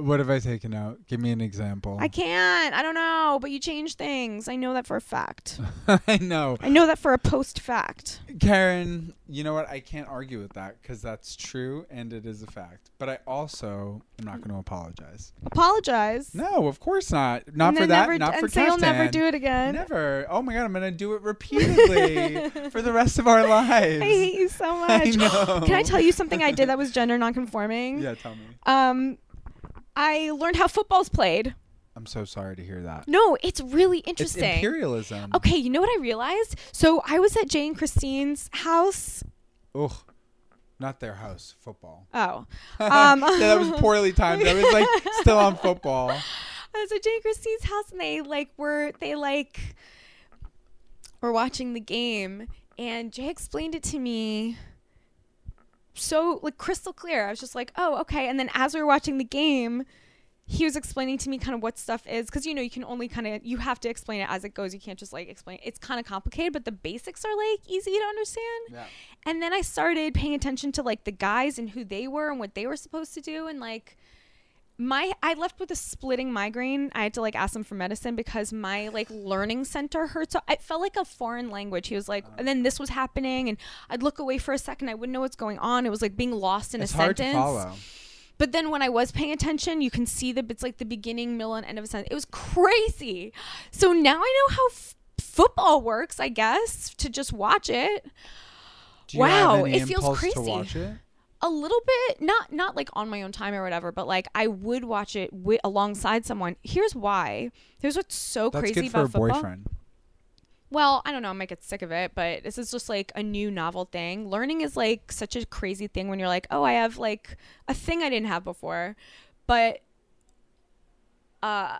S2: What have I taken out? Give me an example.
S1: I can't. I don't know. But you change things. I know that for a fact.
S2: I know.
S1: I know that for a post fact.
S2: Karen, you know what? I can't argue with that because that's true and it is a fact. But I also am not going to apologize.
S1: Apologize.
S2: No, of course not. Not
S1: and
S2: for
S1: then
S2: that.
S1: Never,
S2: not
S1: and
S2: for
S1: say you'll never
S2: caftan.
S1: do it again.
S2: Never. Oh my god, I'm gonna do it repeatedly for the rest of our lives.
S1: I hate you so much.
S2: I know.
S1: Can I tell you something I did that was gender nonconforming?
S2: Yeah, tell me.
S1: Um, I learned how football's played.
S2: I'm so sorry to hear that.
S1: No, it's really
S2: It's
S1: interesting.
S2: imperialism.
S1: okay, you know what I realized? So I was at Jane Christine's house.
S2: Ugh. Not their house, football.
S1: Oh, um,
S2: yeah, that was poorly timed. That was like still on football.
S1: I was at Jane Christie's house and they like were they like were watching the game and Jay explained it to me so like crystal clear. I was just like, oh, okay. And then as we were watching the game, he was explaining to me kind of what stuff is because you know you can only kind of you have to explain it as it goes. You can't just like explain. It's kind of complicated, but the basics are like easy to understand.
S2: Yeah.
S1: And then I started paying attention to like the guys and who they were and what they were supposed to do and like my I left with a splitting migraine. I had to like ask him for medicine because my like learning center hurt. So it felt like a foreign language. He was
S2: Uh-huh.
S1: like, and then this was happening, and I'd look away for a second. I wouldn't know what's going on. It was like being lost in
S2: it's
S1: a
S2: hard
S1: sentence.
S2: to follow.
S1: But then when I was paying attention, you can see the it's like the beginning, middle, and end of a sentence. It was crazy. So now I know how f- football works. I guess to just watch it.
S2: Do you have
S1: Wow,
S2: any
S1: it feels
S2: impulse To
S1: crazy.
S2: watch it?
S1: a little bit not not like on my own time or whatever but like i would watch it wi- alongside someone here's why here's what's so
S2: That's
S1: crazy
S2: good for a
S1: about football
S2: boyfriend.
S1: well i don't know i might get sick of it but this is just like a new novel thing learning is like such a crazy thing when you're like oh i have like a thing i didn't have before but uh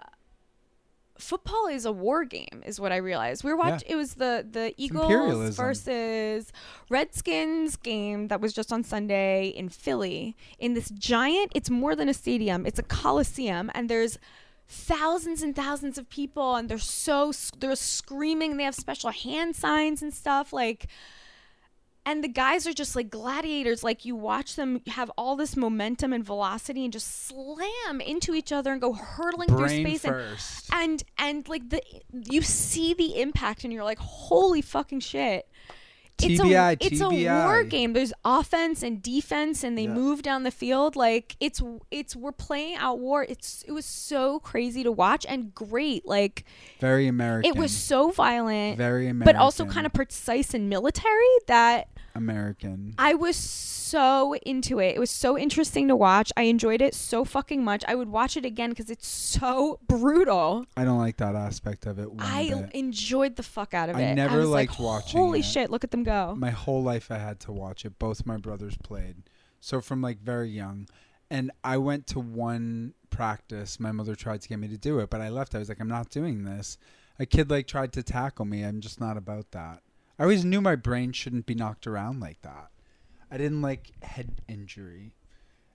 S1: football is a war game is what i realized we were watching it was the the eagles
S2: imperialism.
S1: versus redskins game that was just on sunday in philly in this giant it's more than a stadium it's a coliseum and there's thousands and thousands of people and they're so they're screaming they have special hand signs and stuff like and the guys are just like gladiators like you watch them have all this momentum and velocity and just slam into each other and go hurtling through
S2: Brain
S1: space and
S2: first.
S1: and and like the you see the impact and you're like holy fucking shit it's
S2: TBI,
S1: a it's a war
S2: TBI.
S1: game there's offense and defense and they
S2: Yeah.
S1: move down the field like it's it's we're playing out war it's it was so crazy to watch and great like
S2: Very American.
S1: it was so violent
S2: very American.
S1: but also kind of precise and military that
S2: American.
S1: I was so into it. It was so interesting to watch. I enjoyed it so fucking much. I would watch it again because it's so brutal.
S2: I don't like that aspect of it. One
S1: I
S2: bit.
S1: enjoyed the fuck out of it.
S2: I never
S1: was like,
S2: liked watching
S1: Holy
S2: it.
S1: shit! Look at them go.
S2: my whole life I had to watch it. Both my brothers played. So from like very young. And I went to one practice. My mother tried to get me to do it, but I left. I was like, I'm not doing this. A kid like tried to tackle me. I'm just not about that. I always knew my brain shouldn't be knocked around like that. I didn't like head injury.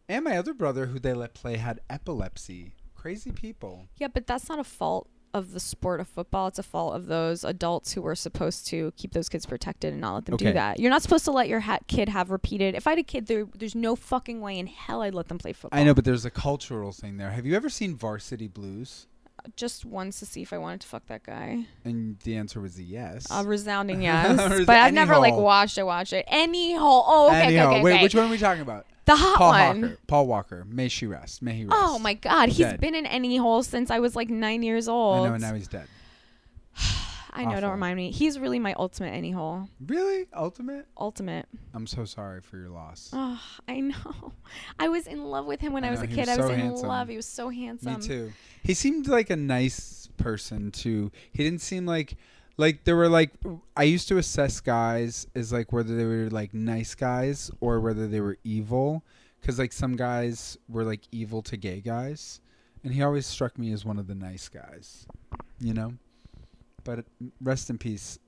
S2: And my other brother who they let play had epilepsy. Crazy people.
S1: Yeah, but that's not a fault of the sport of football. It's a fault of those adults who were supposed to keep those kids protected and not let them do
S2: Okay.
S1: that. You're not supposed to let your ha- kid have repeated. If I had a kid, there, there's no fucking way in hell I'd let them play football.
S2: I know, but there's a cultural thing there. Have you ever seen Varsity Blues?
S1: Just once to see if I wanted to fuck that guy.
S2: And the answer was a yes.
S1: A resounding yes,
S2: Res-
S1: but I've
S2: any
S1: never like
S2: hole.
S1: watched it. Watch it. Any hole? Oh, okay,
S2: Anyhow,
S1: okay, okay.
S2: wait,
S1: okay.
S2: which one are we talking about?
S1: The hot
S2: Paul
S1: one.
S2: Walker. Paul Walker. May she rest. May he rest.
S1: Oh my god, he's
S2: Dead.
S1: been in any hole since I was like nine years old.
S2: I know, and now he's dead.
S1: I know,
S2: Awful.
S1: don't remind me. He's really my ultimate any hole.
S2: Really? Ultimate?
S1: Ultimate.
S2: I'm so sorry for your loss.
S1: Oh, I know. I was in love with him when
S2: I
S1: I, was
S2: know,
S1: a
S2: he
S1: kid.
S2: was
S1: I was
S2: so
S1: in
S2: handsome.
S1: love. He was so handsome.
S2: Me too. He seemed like a nice person too. He didn't seem like like there were like I used to assess guys as like whether they were like nice guys or whether they were evil cuz like some guys were like evil to gay guys and he always struck me as one of the nice guys. You know? But rest in peace.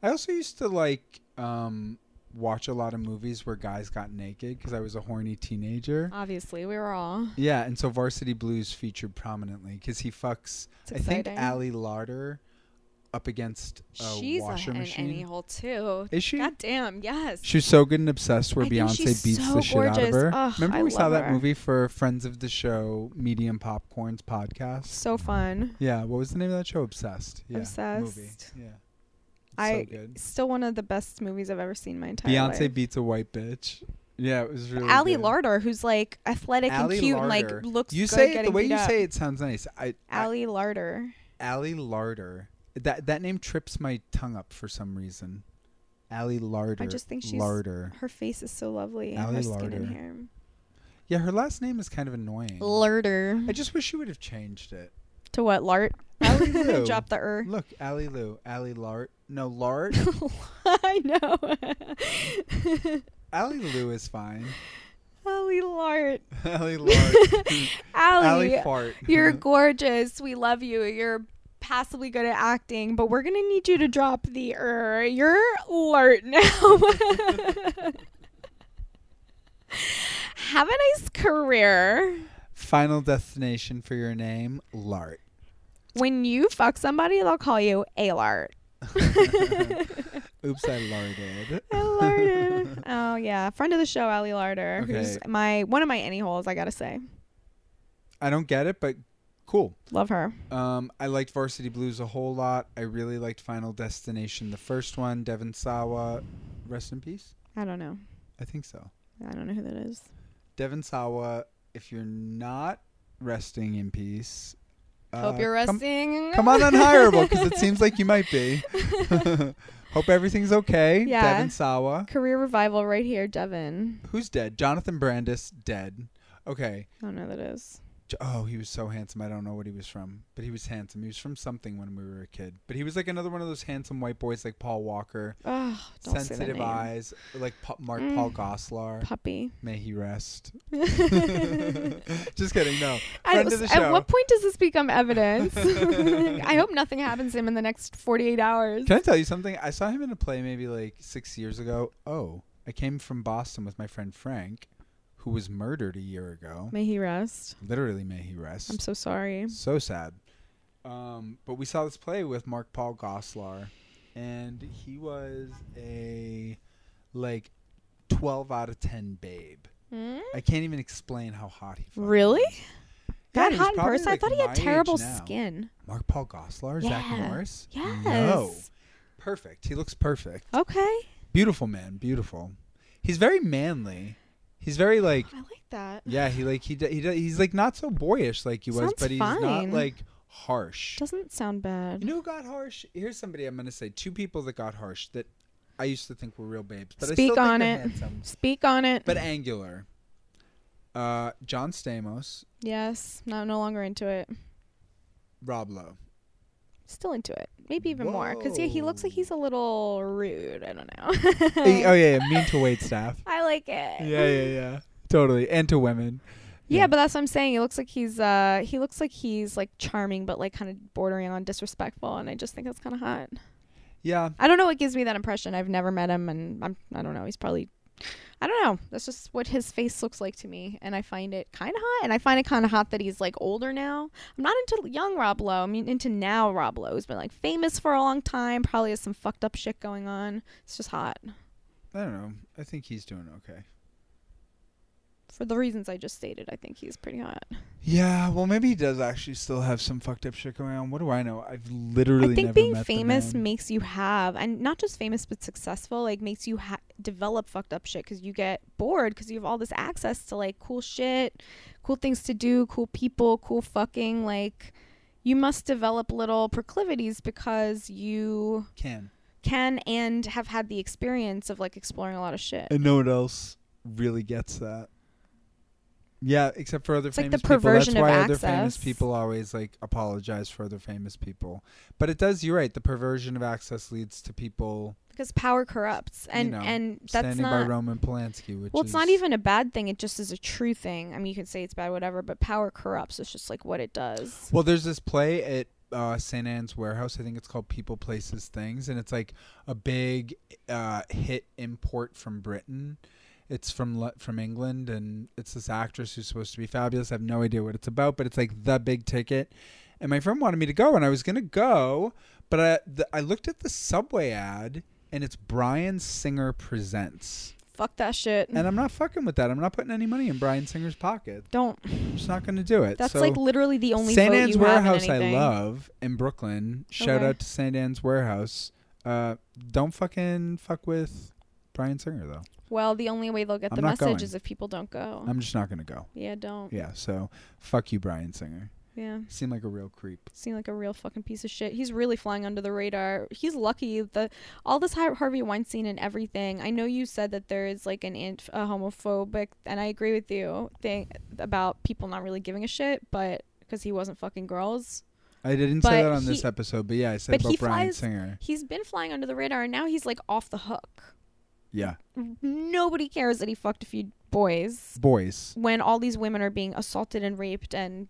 S2: I also used to like um watch a lot of movies where guys got naked cuz I was a horny teenager.
S1: Obviously, we were all.
S2: Yeah, and so Varsity Blues featured prominently because he fucks.
S1: It's
S2: I think
S1: exciting.
S2: Allie Larder up against a
S1: She's
S2: washer
S1: a, an
S2: machine.
S1: any hole too.
S2: Is she?
S1: God damn, yes.
S2: She's so good and obsessed. Where
S1: I think
S2: Beyonce
S1: she's
S2: beats
S1: so
S2: the shit out of
S1: gorgeous.
S2: her.
S1: Ugh,
S2: Remember
S1: I
S2: we saw
S1: love
S2: that
S1: her.
S2: movie for friends of the show, Medium Popcorns podcast.
S1: so fun.
S2: Yeah, what was the name of that show? Obsessed. Yeah, Movie.
S1: Obsessed.
S2: Yeah, It's
S1: I-
S2: so good.
S1: Still one of the best movies I've ever seen in my entire
S2: Beyonce
S1: life.
S2: beats a white bitch. Yeah, it was really.
S1: Ali
S2: good.
S1: Larder, who's like athletic
S2: Allie
S1: and cute
S2: Larder.
S1: and like looks
S2: You
S1: good
S2: say it, the
S1: getting
S2: way
S1: beat
S2: you
S1: up.
S2: say it sounds nice. I, I
S1: Ali Larder.
S2: Allie Larder. That that name trips my tongue up for some reason. Allie Larder.
S1: just think she's-
S2: Larder.
S1: Her face is so lovely.
S2: Ally
S1: and her skin
S2: Larder.
S1: and hair.
S2: Yeah, her last name is kind of annoying.
S1: Larder.
S2: I just wish she would have changed it.
S1: To what? Lart?
S2: Allie Lou.
S1: Drop the er.
S2: Look, Allie Lou. Allie Lart. No, Lart.
S1: I know.
S2: Allie Lou is fine.
S1: Allie Lart.
S2: Allie Lart. Allie
S1: Allie,
S2: Fart.
S1: you're gorgeous. We love you. You're passively good at acting, but we're going to need you to drop the er. You're Lart now. Have a nice career.
S2: Final destination for your name, Lart.
S1: When you fuck somebody, they'll call you Alart.
S2: Oops, I larded.
S1: Larder. oh yeah, friend of the show, Ali Larder, who's
S2: Okay.
S1: my one of my any holes. I gotta say,
S2: I don't get it, but cool.
S1: love her.
S2: Um, I liked Varsity Blues a whole lot. I really liked Final Destination, the first one. Devin Sawa, rest in peace.
S1: I don't know.
S2: I think so.
S1: I don't know who that is.
S2: Devin Sawa, if you're not resting in peace,
S1: Hope
S2: uh,
S1: you're
S2: come-
S1: resting.
S2: Come, on, unhireable, because it seems like you might be. Hope everything's okay.
S1: Yeah.
S2: Devin Sawa,
S1: Career revival right here, Devin.
S2: who's dead? Jonathan Brandis, dead. Okay.
S1: I don't know who that is.
S2: J- Oh, he was so handsome. I don't know what he was from, but he was handsome. He was from something when we were a kid. But he was like another one of those handsome white boys, like Paul Walker,
S1: Oh, don't say that
S2: sensitive
S1: name.
S2: eyes, like Pa- Mark
S1: Mm.
S2: Paul Gosselaar.
S1: Puppy.
S2: May he rest.
S1: At,
S2: Just kidding. No, friend of the show.
S1: at what point does this become evidence? I hope nothing happens to him in the next 48 hours.
S2: Can I tell you something? I saw him in a play maybe like six years ago. Oh, I came from Boston with my friend Frank, who was murdered a year ago.
S1: May he rest.
S2: Literally, may he rest.
S1: I'm so sorry.
S2: So sad. Um, but we saw this play with Mark Paul Gosselaar, and he was a like twelve out of ten babe.
S1: Hmm?
S2: I can't even explain how hot he. fucking
S1: Really?
S2: was. Yeah,
S1: That
S2: he was
S1: hot in
S2: probably,
S1: person?
S2: like,
S1: I thought he
S2: my
S1: had
S2: age
S1: terrible
S2: now.
S1: skin.
S2: Mark Paul Gosselaar, Zach
S1: Yeah.
S2: Morris.
S1: Yes.
S2: No. Perfect. He looks perfect.
S1: Okay.
S2: Beautiful man. Beautiful. He's very manly. He's very like
S1: I like that.
S2: yeah. He like he d- he d- he's like not so boyish like he was,
S1: Sounds
S2: but he's not
S1: fine.
S2: like harsh.
S1: Doesn't sound bad.
S2: You know who got harsh? Here's somebody I'm going to say. Two people that got harsh that I used to think were real babes, but I
S1: Speak
S2: still
S1: on
S2: think
S1: it.
S2: they're handsome.
S1: Speak on it.
S2: But angular. Uh, John Stamos,
S1: yes, no, no longer into it.
S2: Rob Lowe.
S1: Still into it. Maybe even more. Because yeah, he looks like he's a little rude. I don't know.
S2: Eh, oh, yeah, yeah. Mean to wait staff.
S1: I like it.
S2: Yeah, yeah, yeah. Totally. And to women.
S1: Yeah,
S2: Yeah.
S1: but that's what I'm saying. He looks like he's uh he looks like he's like charming but like kind of bordering on disrespectful and I just think that's kind of hot.
S2: Yeah.
S1: I don't know what gives me that impression. I've never met him and I'm I don't know. He's probably I don't know. That's just what his face looks like to me and I find it kind of hot and I find it kind of hot that he's like older now. I'm not into young Rob Lowe. I'm into now Rob Lowe. He's been like famous for a long time, probably has some fucked up shit going on. It's just hot
S2: I don't know. I think he's doing okay.
S1: for the reasons I just stated. I think he's pretty hot.
S2: Yeah, well, maybe he does actually still have some fucked up shit going on. What do I know? I've literally
S1: I
S2: never
S1: think being
S2: met the
S1: famous
S2: man.
S1: makes you have, and not just famous but successful, like makes you ha- develop fucked up shit because you get bored because you have all this access to like cool shit, cool things to do, cool people, cool fucking. Like you must develop little proclivities because you
S2: Can.
S1: can and have had the experience of like exploring a lot of shit.
S2: and no one else really gets that. Yeah, except for other
S1: It's like the
S2: famous people. That's
S1: perversion of
S2: why other famous
S1: access.
S2: people always like apologize for other famous people. But it does. You're right. The perversion of access leads to people
S1: because power corrupts, and
S2: know,
S1: and that's
S2: standing by
S1: not
S2: Roman Polanski, which
S1: Well, it's
S2: is
S1: not even a bad thing. It just is a true thing. I mean, you can say it's bad, whatever, but power corrupts. It's just like what it does.
S2: Well, there's this play at uh, St. Anne's Warehouse. I think it's called People, Places, Things, and it's like a big uh, hit import from Britain. It's from Le- from England, and it's this actress who's supposed to be fabulous. I have no idea what it's about, but it's like the big ticket. And my friend wanted me to go, and I was gonna go, but I the, I looked at the subway ad, and it's Brian Singer presents,
S1: Fuck that shit.
S2: and I'm not fucking with that. I'm not putting any money in Brian Singer's pocket.
S1: Don't.
S2: I'm just not gonna do it.
S1: That's
S2: So-
S1: like literally the only
S2: St.
S1: vote
S2: Anne's
S1: you have
S2: Warehouse
S1: in anything.
S2: I love in Brooklyn. Shout
S1: Okay.
S2: out to St. Anne's Warehouse. Uh, don't fucking fuck with Brian Singer though.
S1: Well, the only way they'll get
S2: I'm
S1: the
S2: not
S1: message
S2: going.
S1: is if people don't go.
S2: I'm just not gonna go.
S1: yeah, don't. Yeah.
S2: Yeah, so fuck you, Brian Singer. Seem like a real creep.
S1: Seemed like a real fucking piece of shit. He's really flying under the radar. He's lucky the all this Har- Harvey Weinstein and everything. I know you said that there is like an ant- a homophobic, and I agree with you thing about people not really giving a shit, but because he wasn't fucking girls.
S2: I didn't say
S1: But
S2: that on this
S1: he-
S2: episode, but yeah, I said
S1: but
S2: about
S1: he
S2: Brian
S1: flies-
S2: Singer.
S1: He's been flying under the radar and now he's like off the hook.
S2: Yeah,
S1: Nobody cares that he fucked a few boys
S2: boys.
S1: when all these women are being assaulted and raped and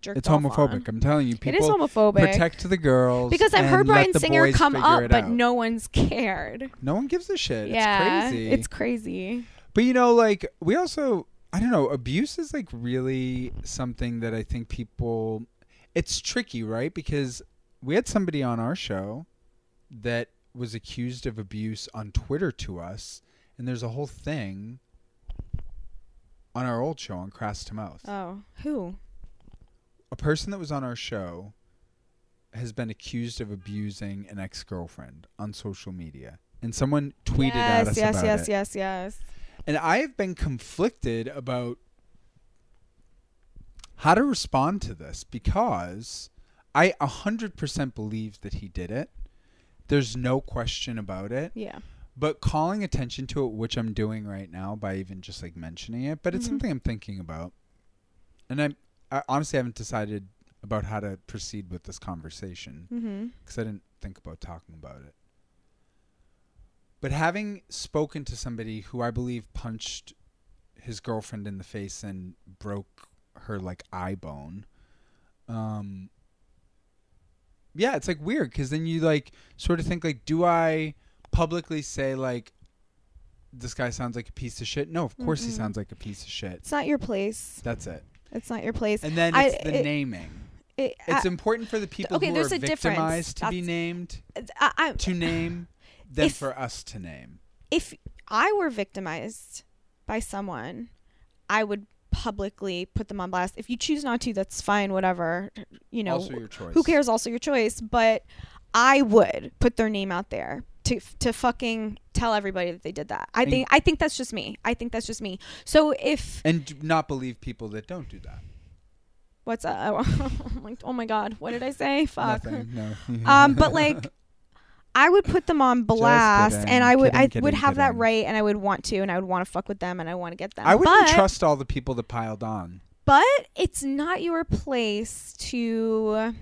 S1: jerked
S2: It's
S1: off
S2: homophobic.
S1: on.
S2: I'm telling you,
S1: It is
S2: people
S1: homophobic.
S2: protect the girls
S1: because I've
S2: and
S1: heard
S2: let
S1: Brian
S2: the
S1: Singer
S2: boys
S1: come
S2: figure
S1: up,
S2: it
S1: but
S2: out.
S1: no one's cared.
S2: no one gives a shit.
S1: yeah,
S2: it's crazy.
S1: it's crazy.
S2: But you know, like we also, I don't know, abuse is like really something that I think people. It's tricky, right? Because we had somebody on our show that was accused of abuse on Twitter to us, and there's a whole thing on our old show on Crass to Mouth.
S1: Oh, who?
S2: a person that was on our show has been accused of abusing an ex-girlfriend on social media and someone tweeted
S1: yes,
S2: at us
S1: yes,
S2: about
S1: yes,
S2: it
S1: yes, yes.
S2: and i have been conflicted about how to respond to this because i 100% believe that he did it there's no question about it
S1: Yeah.
S2: but calling attention to it which i'm doing right now by even just like mentioning it but it's
S1: Mhm.
S2: something i'm thinking about and I'm, i honestly haven't decided about how to proceed with this conversation
S1: Mm-hmm.
S2: because i didn't think about talking about it but having spoken to somebody who i believe punched his girlfriend in the face and broke her like eye bone um yeah it's like weird because then you like sort of think like do i publicly say like this guy sounds like a piece of shit no of course he
S1: Mm-mm.
S2: sounds like a piece of shit
S1: It's not your place.
S2: that's it
S1: It's not your place.
S2: and then
S1: I-
S2: it's the
S1: it-
S2: naming
S1: It,
S2: it's important for the people
S1: okay,
S2: who are
S1: there's a difference.
S2: victimized to be
S1: That's-
S2: named
S1: I, I,
S2: to name than
S1: If-
S2: for us to name
S1: if I were victimized by someone, I would publicly put them on blast. If you choose not to, that's fine, whatever. You know,
S2: also your choice
S1: who cares? Also your choice, but I would put their name out there to to fucking tell everybody that they did that. I
S2: And-
S1: think I think that's just me. I think that's just me. So if
S2: and do not believe people that don't do that
S1: what's uh, I'm like, oh my god, what did I say? Fuck.
S2: Nothing, no.
S1: um, but like, I would put them on blast,
S2: kidding.
S1: and I would
S2: Kidding,
S1: I
S2: kidding,
S1: would have that
S2: kidding.
S1: right, and I would want to, and I would want to fuck with them, and I want to get them.
S2: i wouldn't
S1: but,
S2: trust all the people that piled on
S1: but it's not your place to.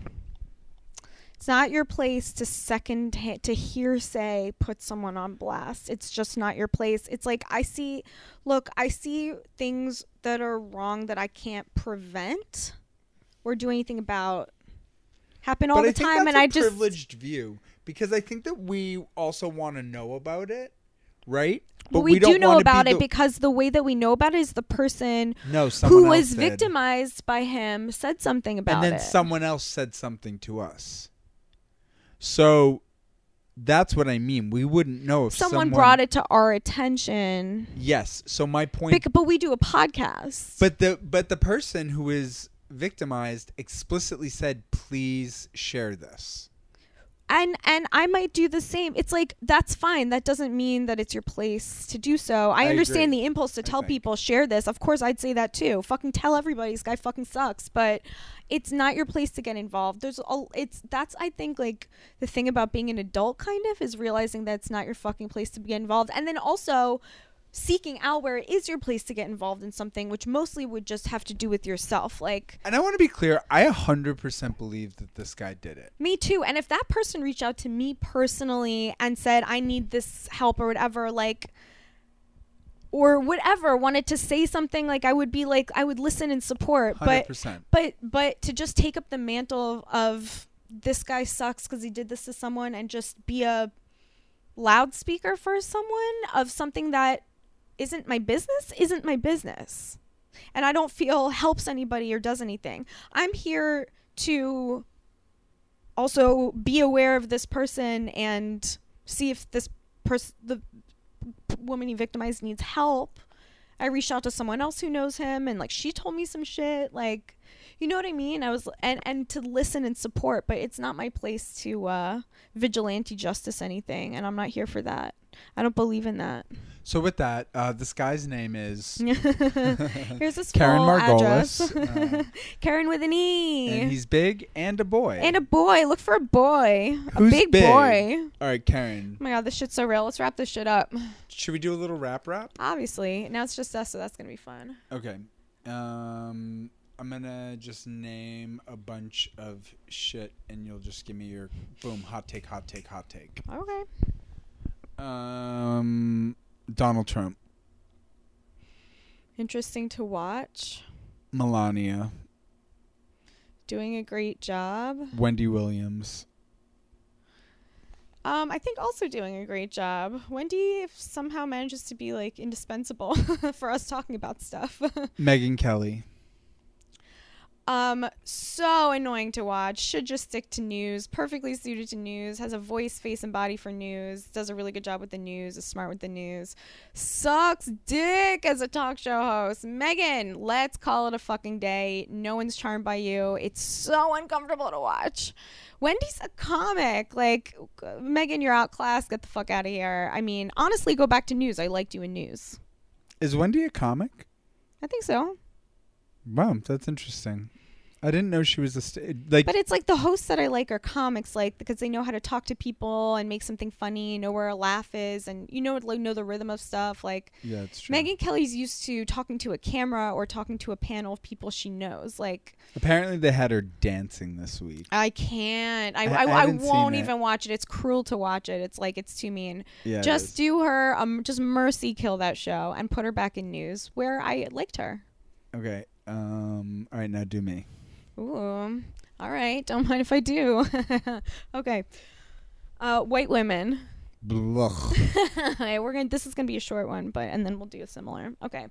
S1: It's not your place to second ha- to hearsay put someone on blast. It's just not your place. It's like I see, look, I see things that are wrong that I can't prevent or do anything about. Happen all
S2: but
S1: the
S2: I think
S1: time,
S2: that's
S1: and
S2: a
S1: I just
S2: privileged view because I think that we also want to know about it, right?
S1: But we, do
S2: don't
S1: know
S2: wanna be
S1: about it
S2: the-
S1: because the way that we know about it is the person
S2: no,
S1: who
S2: someone else
S1: was
S2: did.
S1: victimized by him said something about
S2: and then
S1: it.
S2: someone else said something to us. So that's what I mean. We wouldn't know if
S1: someone,
S2: someone
S1: brought it to our attention.
S2: Yes. So my point
S1: Bec- but we do a podcast.
S2: But the but the person who is victimized explicitly said, "Please share this."
S1: and and I might do the same. It's like that's fine. That doesn't mean that it's your place to do so. I,
S2: I
S1: understand
S2: agree,
S1: the impulse to
S2: I
S1: tell
S2: think.
S1: people share this. Of course, I'd say that too. Fucking tell everybody this guy fucking sucks. But it's not your place to get involved. There's all. It's that's I think like the thing about being an adult kind of is realizing that it's not your fucking place to get involved. And then also seeking out where it is your place to get involved in something, which mostly would just have to do with yourself. Like
S2: And I want to be clear. I 100% believe that this guy did it.
S1: Me too. And if that person reached out to me personally and said, I need this help or whatever, like, or whatever, wanted to say something, like, I would be like, I would listen and support. But,
S2: 100%.
S1: but, but to just take up the mantle of, of this guy sucks because he did this to someone and just be a loudspeaker for someone of something that isn't my business, isn't my business. And I don't feel helps anybody or does anything. I'm here to also be aware of this person and see if this person the p- woman he victimized needs help i reached out to someone else who knows him and like she told me some shit like you know what i mean i was and and to listen and support but it's not my place to uh vigilante justice anything and i'm not here for that i don't believe in that
S2: So with that, uh, this guy's name is
S1: here's his
S2: Karen
S1: full
S2: Margolis,
S1: address.
S2: uh,
S1: karen with an e
S2: and he's big and a boy.
S1: and a boy look for a boy
S2: Who's
S1: a big,
S2: big?
S1: boy
S2: All right, Karen.
S1: Oh my god, this shit's so real. Let's wrap this shit up.
S2: Should we do a little rap rap?
S1: Obviously, now it's just us, so that's gonna be fun.
S2: Okay. Um, I'm gonna just name a bunch of shit, and you'll just give me your boom hot take, hot take, hot take.
S1: Okay.
S2: Um, Donald Trump,
S1: Interesting to watch.
S2: Melania,
S1: Doing a great job.
S2: Wendy Williams,
S1: Um, I think also doing a great job. Wendy if somehow manages to be like indispensable for us talking about stuff.
S2: Megan Kelly.
S1: Um, so annoying to watch. Should just stick to news. Perfectly suited to news. Has a voice, face, and body for news. Does a really good job with the news. Is smart with the news. Sucks dick as a talk show host. Megan, let's call it a fucking day. No one's charmed by you. It's so uncomfortable to watch. Wendy's a comic. Like Megan, you're outclassed. Get the fuck out of here. I mean, honestly, go back to news. I liked you in news.
S2: Is Wendy a comic?
S1: I think so.
S2: Wow, that's interesting. I didn't know she was a st- like.
S1: But it's like the hosts that I like are comics, like because they know how to talk to people and make something funny, know where a laugh is, and you know like, know the rhythm of stuff. Like
S2: yeah, it's true.
S1: Megan Kelly's used to talking to a camera or talking to a panel of people she knows. Like
S2: Apparently, they had her dancing this week.
S1: I can't, I
S2: I-
S1: I,
S2: I
S1: I,
S2: haven't seen
S1: won't
S2: it.
S1: even watch it. It's cruel to watch it. It's like it's too mean.
S2: Yeah, it is.
S1: just do her, um, just mercy kill that show and put her back in news where I liked her.
S2: Okay. Um. All right, now do me.
S1: Ooh. All right. Don't mind if I do. okay. Uh, white women.
S2: Blech.
S1: Okay, We're gonna. This is gonna be a short one, but and then we'll do a similar. Okay.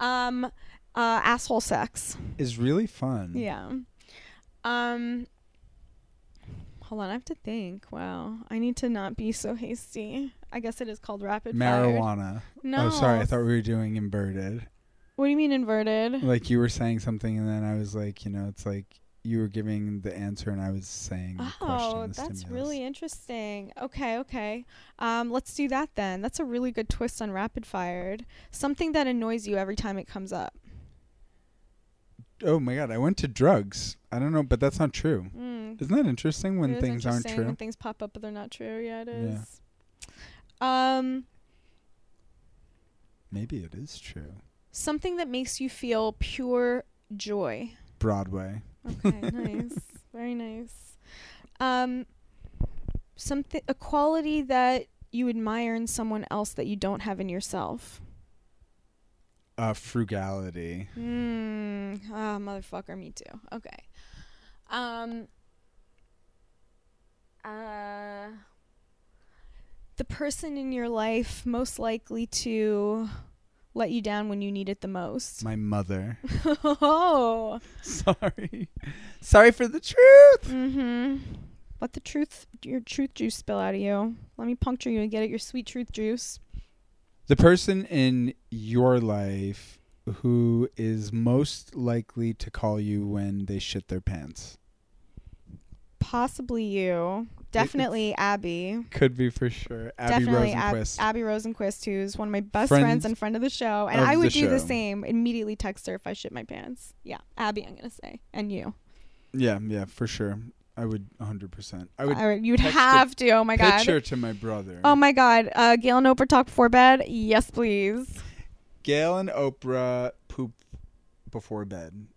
S1: Um, uh, asshole sex.
S2: is really fun.
S1: Yeah. Um. Hold on, I have to think. Wow, I need to not be so hasty. I guess it is called rapid Fire.
S2: Marijuana.
S1: No.
S2: Oh, sorry. I thought we were doing inverted.
S1: What do you mean inverted?
S2: Like you were saying something, and then I was like, you know, it's like you were giving the answer, and I was saying. the Mm, question,
S1: Oh,
S2: the
S1: that's
S2: stimulus.
S1: really interesting. Okay, okay. Um, let's do that then. That's a really good twist on rapid fired. Something that annoys you every time it comes up.
S2: Oh my god, I went to drugs. I don't know, but that's not true.
S1: Mm,
S2: Isn't that interesting when
S1: It is
S2: things aren't
S1: interesting When
S2: true?
S1: things pop up, but they're not true. Yeah, it
S2: Yeah.
S1: is. Um,
S2: Maybe it is true.
S1: something that makes you feel pure joy.
S2: Broadway.
S1: Okay, nice, very nice. Um, something a quality that you admire in someone else that you don't have in yourself.
S2: Uh, frugality.
S1: Mm, ah, motherfucker, me too. Okay. Um. Uh. The person in your life most likely to let you down when you need it the most.
S2: My mother.
S1: oh.
S2: Sorry. Sorry for the truth.
S1: Mm-hmm. Let the truth, your truth juice spill out of you. Let me puncture you and get at your sweet truth juice.
S2: The person in your life who is most likely to call you when they shit their pants.
S1: Possibly you. Definitely Abby.
S2: Could be for sure. Abby
S1: Definitely Ab-
S2: Rosenquist.
S1: Abby Rosenquist, who's one of my best friends,
S2: Friends
S1: and friend of the show. And
S2: of
S1: I
S2: the
S1: would do the
S2: show.
S1: same. Immediately text her if I shit my pants. Yeah, Abby, I'm gonna say, and you.
S2: yeah, yeah, for sure. I would 100%. I
S1: I
S2: would
S1: would, you'd
S2: text her
S1: have to. Oh my god.
S2: picture to my brother.
S1: Oh my god. Uh, Gail and Oprah talk before bed. Yes, please.
S2: Gail and Oprah poop before bed.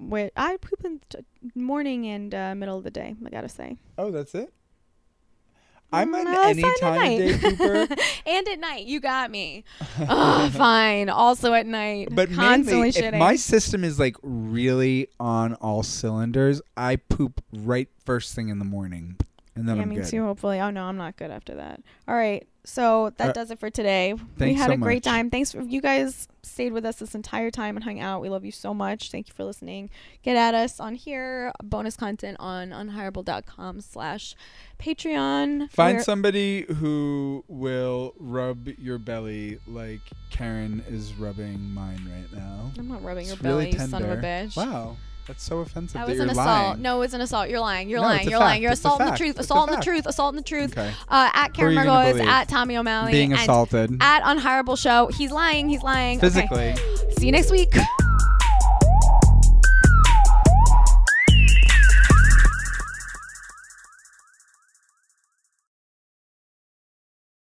S1: Wait, I poop in the t- morning and uh, middle of the day. I gotta say.
S2: Oh, that's it? I'm an
S1: Mm, I sign at
S2: anytime
S1: night.
S2: day pooper.
S1: and at night, you got me. oh, fine. Also at night,
S2: But
S1: constantly
S2: mainly,
S1: shitting.
S2: if my system is like really on all cylinders, I poop right first thing in the morning, and then
S1: yeah,
S2: I'm
S1: me
S2: good.
S1: too. Hopefully. Oh no, I'm not good after that. All right, so that
S2: Uh,
S1: does it for today. We
S2: thanks
S1: had
S2: so
S1: a great
S2: much.
S1: time. Thanks for you guys stayed with us this entire time and hung out. We love you so much. Thank you for listening. Get at us on here. Bonus content on unhireable.com/slash Patreon.
S2: Find
S1: We're-
S2: somebody who will rub your belly like Karen is rubbing mine right now.
S1: I'm not rubbing your
S2: It's really
S1: belly, you son of a
S2: tender.
S1: bitch.
S2: Wow, that's so offensive.
S1: That
S2: That,
S1: was
S2: you're
S1: an assault.
S2: lying.
S1: No, it's an assault. You're lying. You're
S2: No,
S1: lying.
S2: it's a
S1: You're lying.
S2: fact.
S1: You're
S2: It's a
S1: assaulting the
S2: fact.
S1: truth.
S2: It's a
S1: Assaulting the
S2: fact.
S1: truth. Assaulting the truth.
S2: Okay.
S1: Uh, at
S2: Who are
S1: Karen
S2: you gonna
S1: Margolis,
S2: believe?
S1: at Tommy O'Malley,
S2: Being
S1: and
S2: assaulted
S1: at Unhireable Show. He's lying. He's lying. Okay.
S2: physically.
S1: See you next week.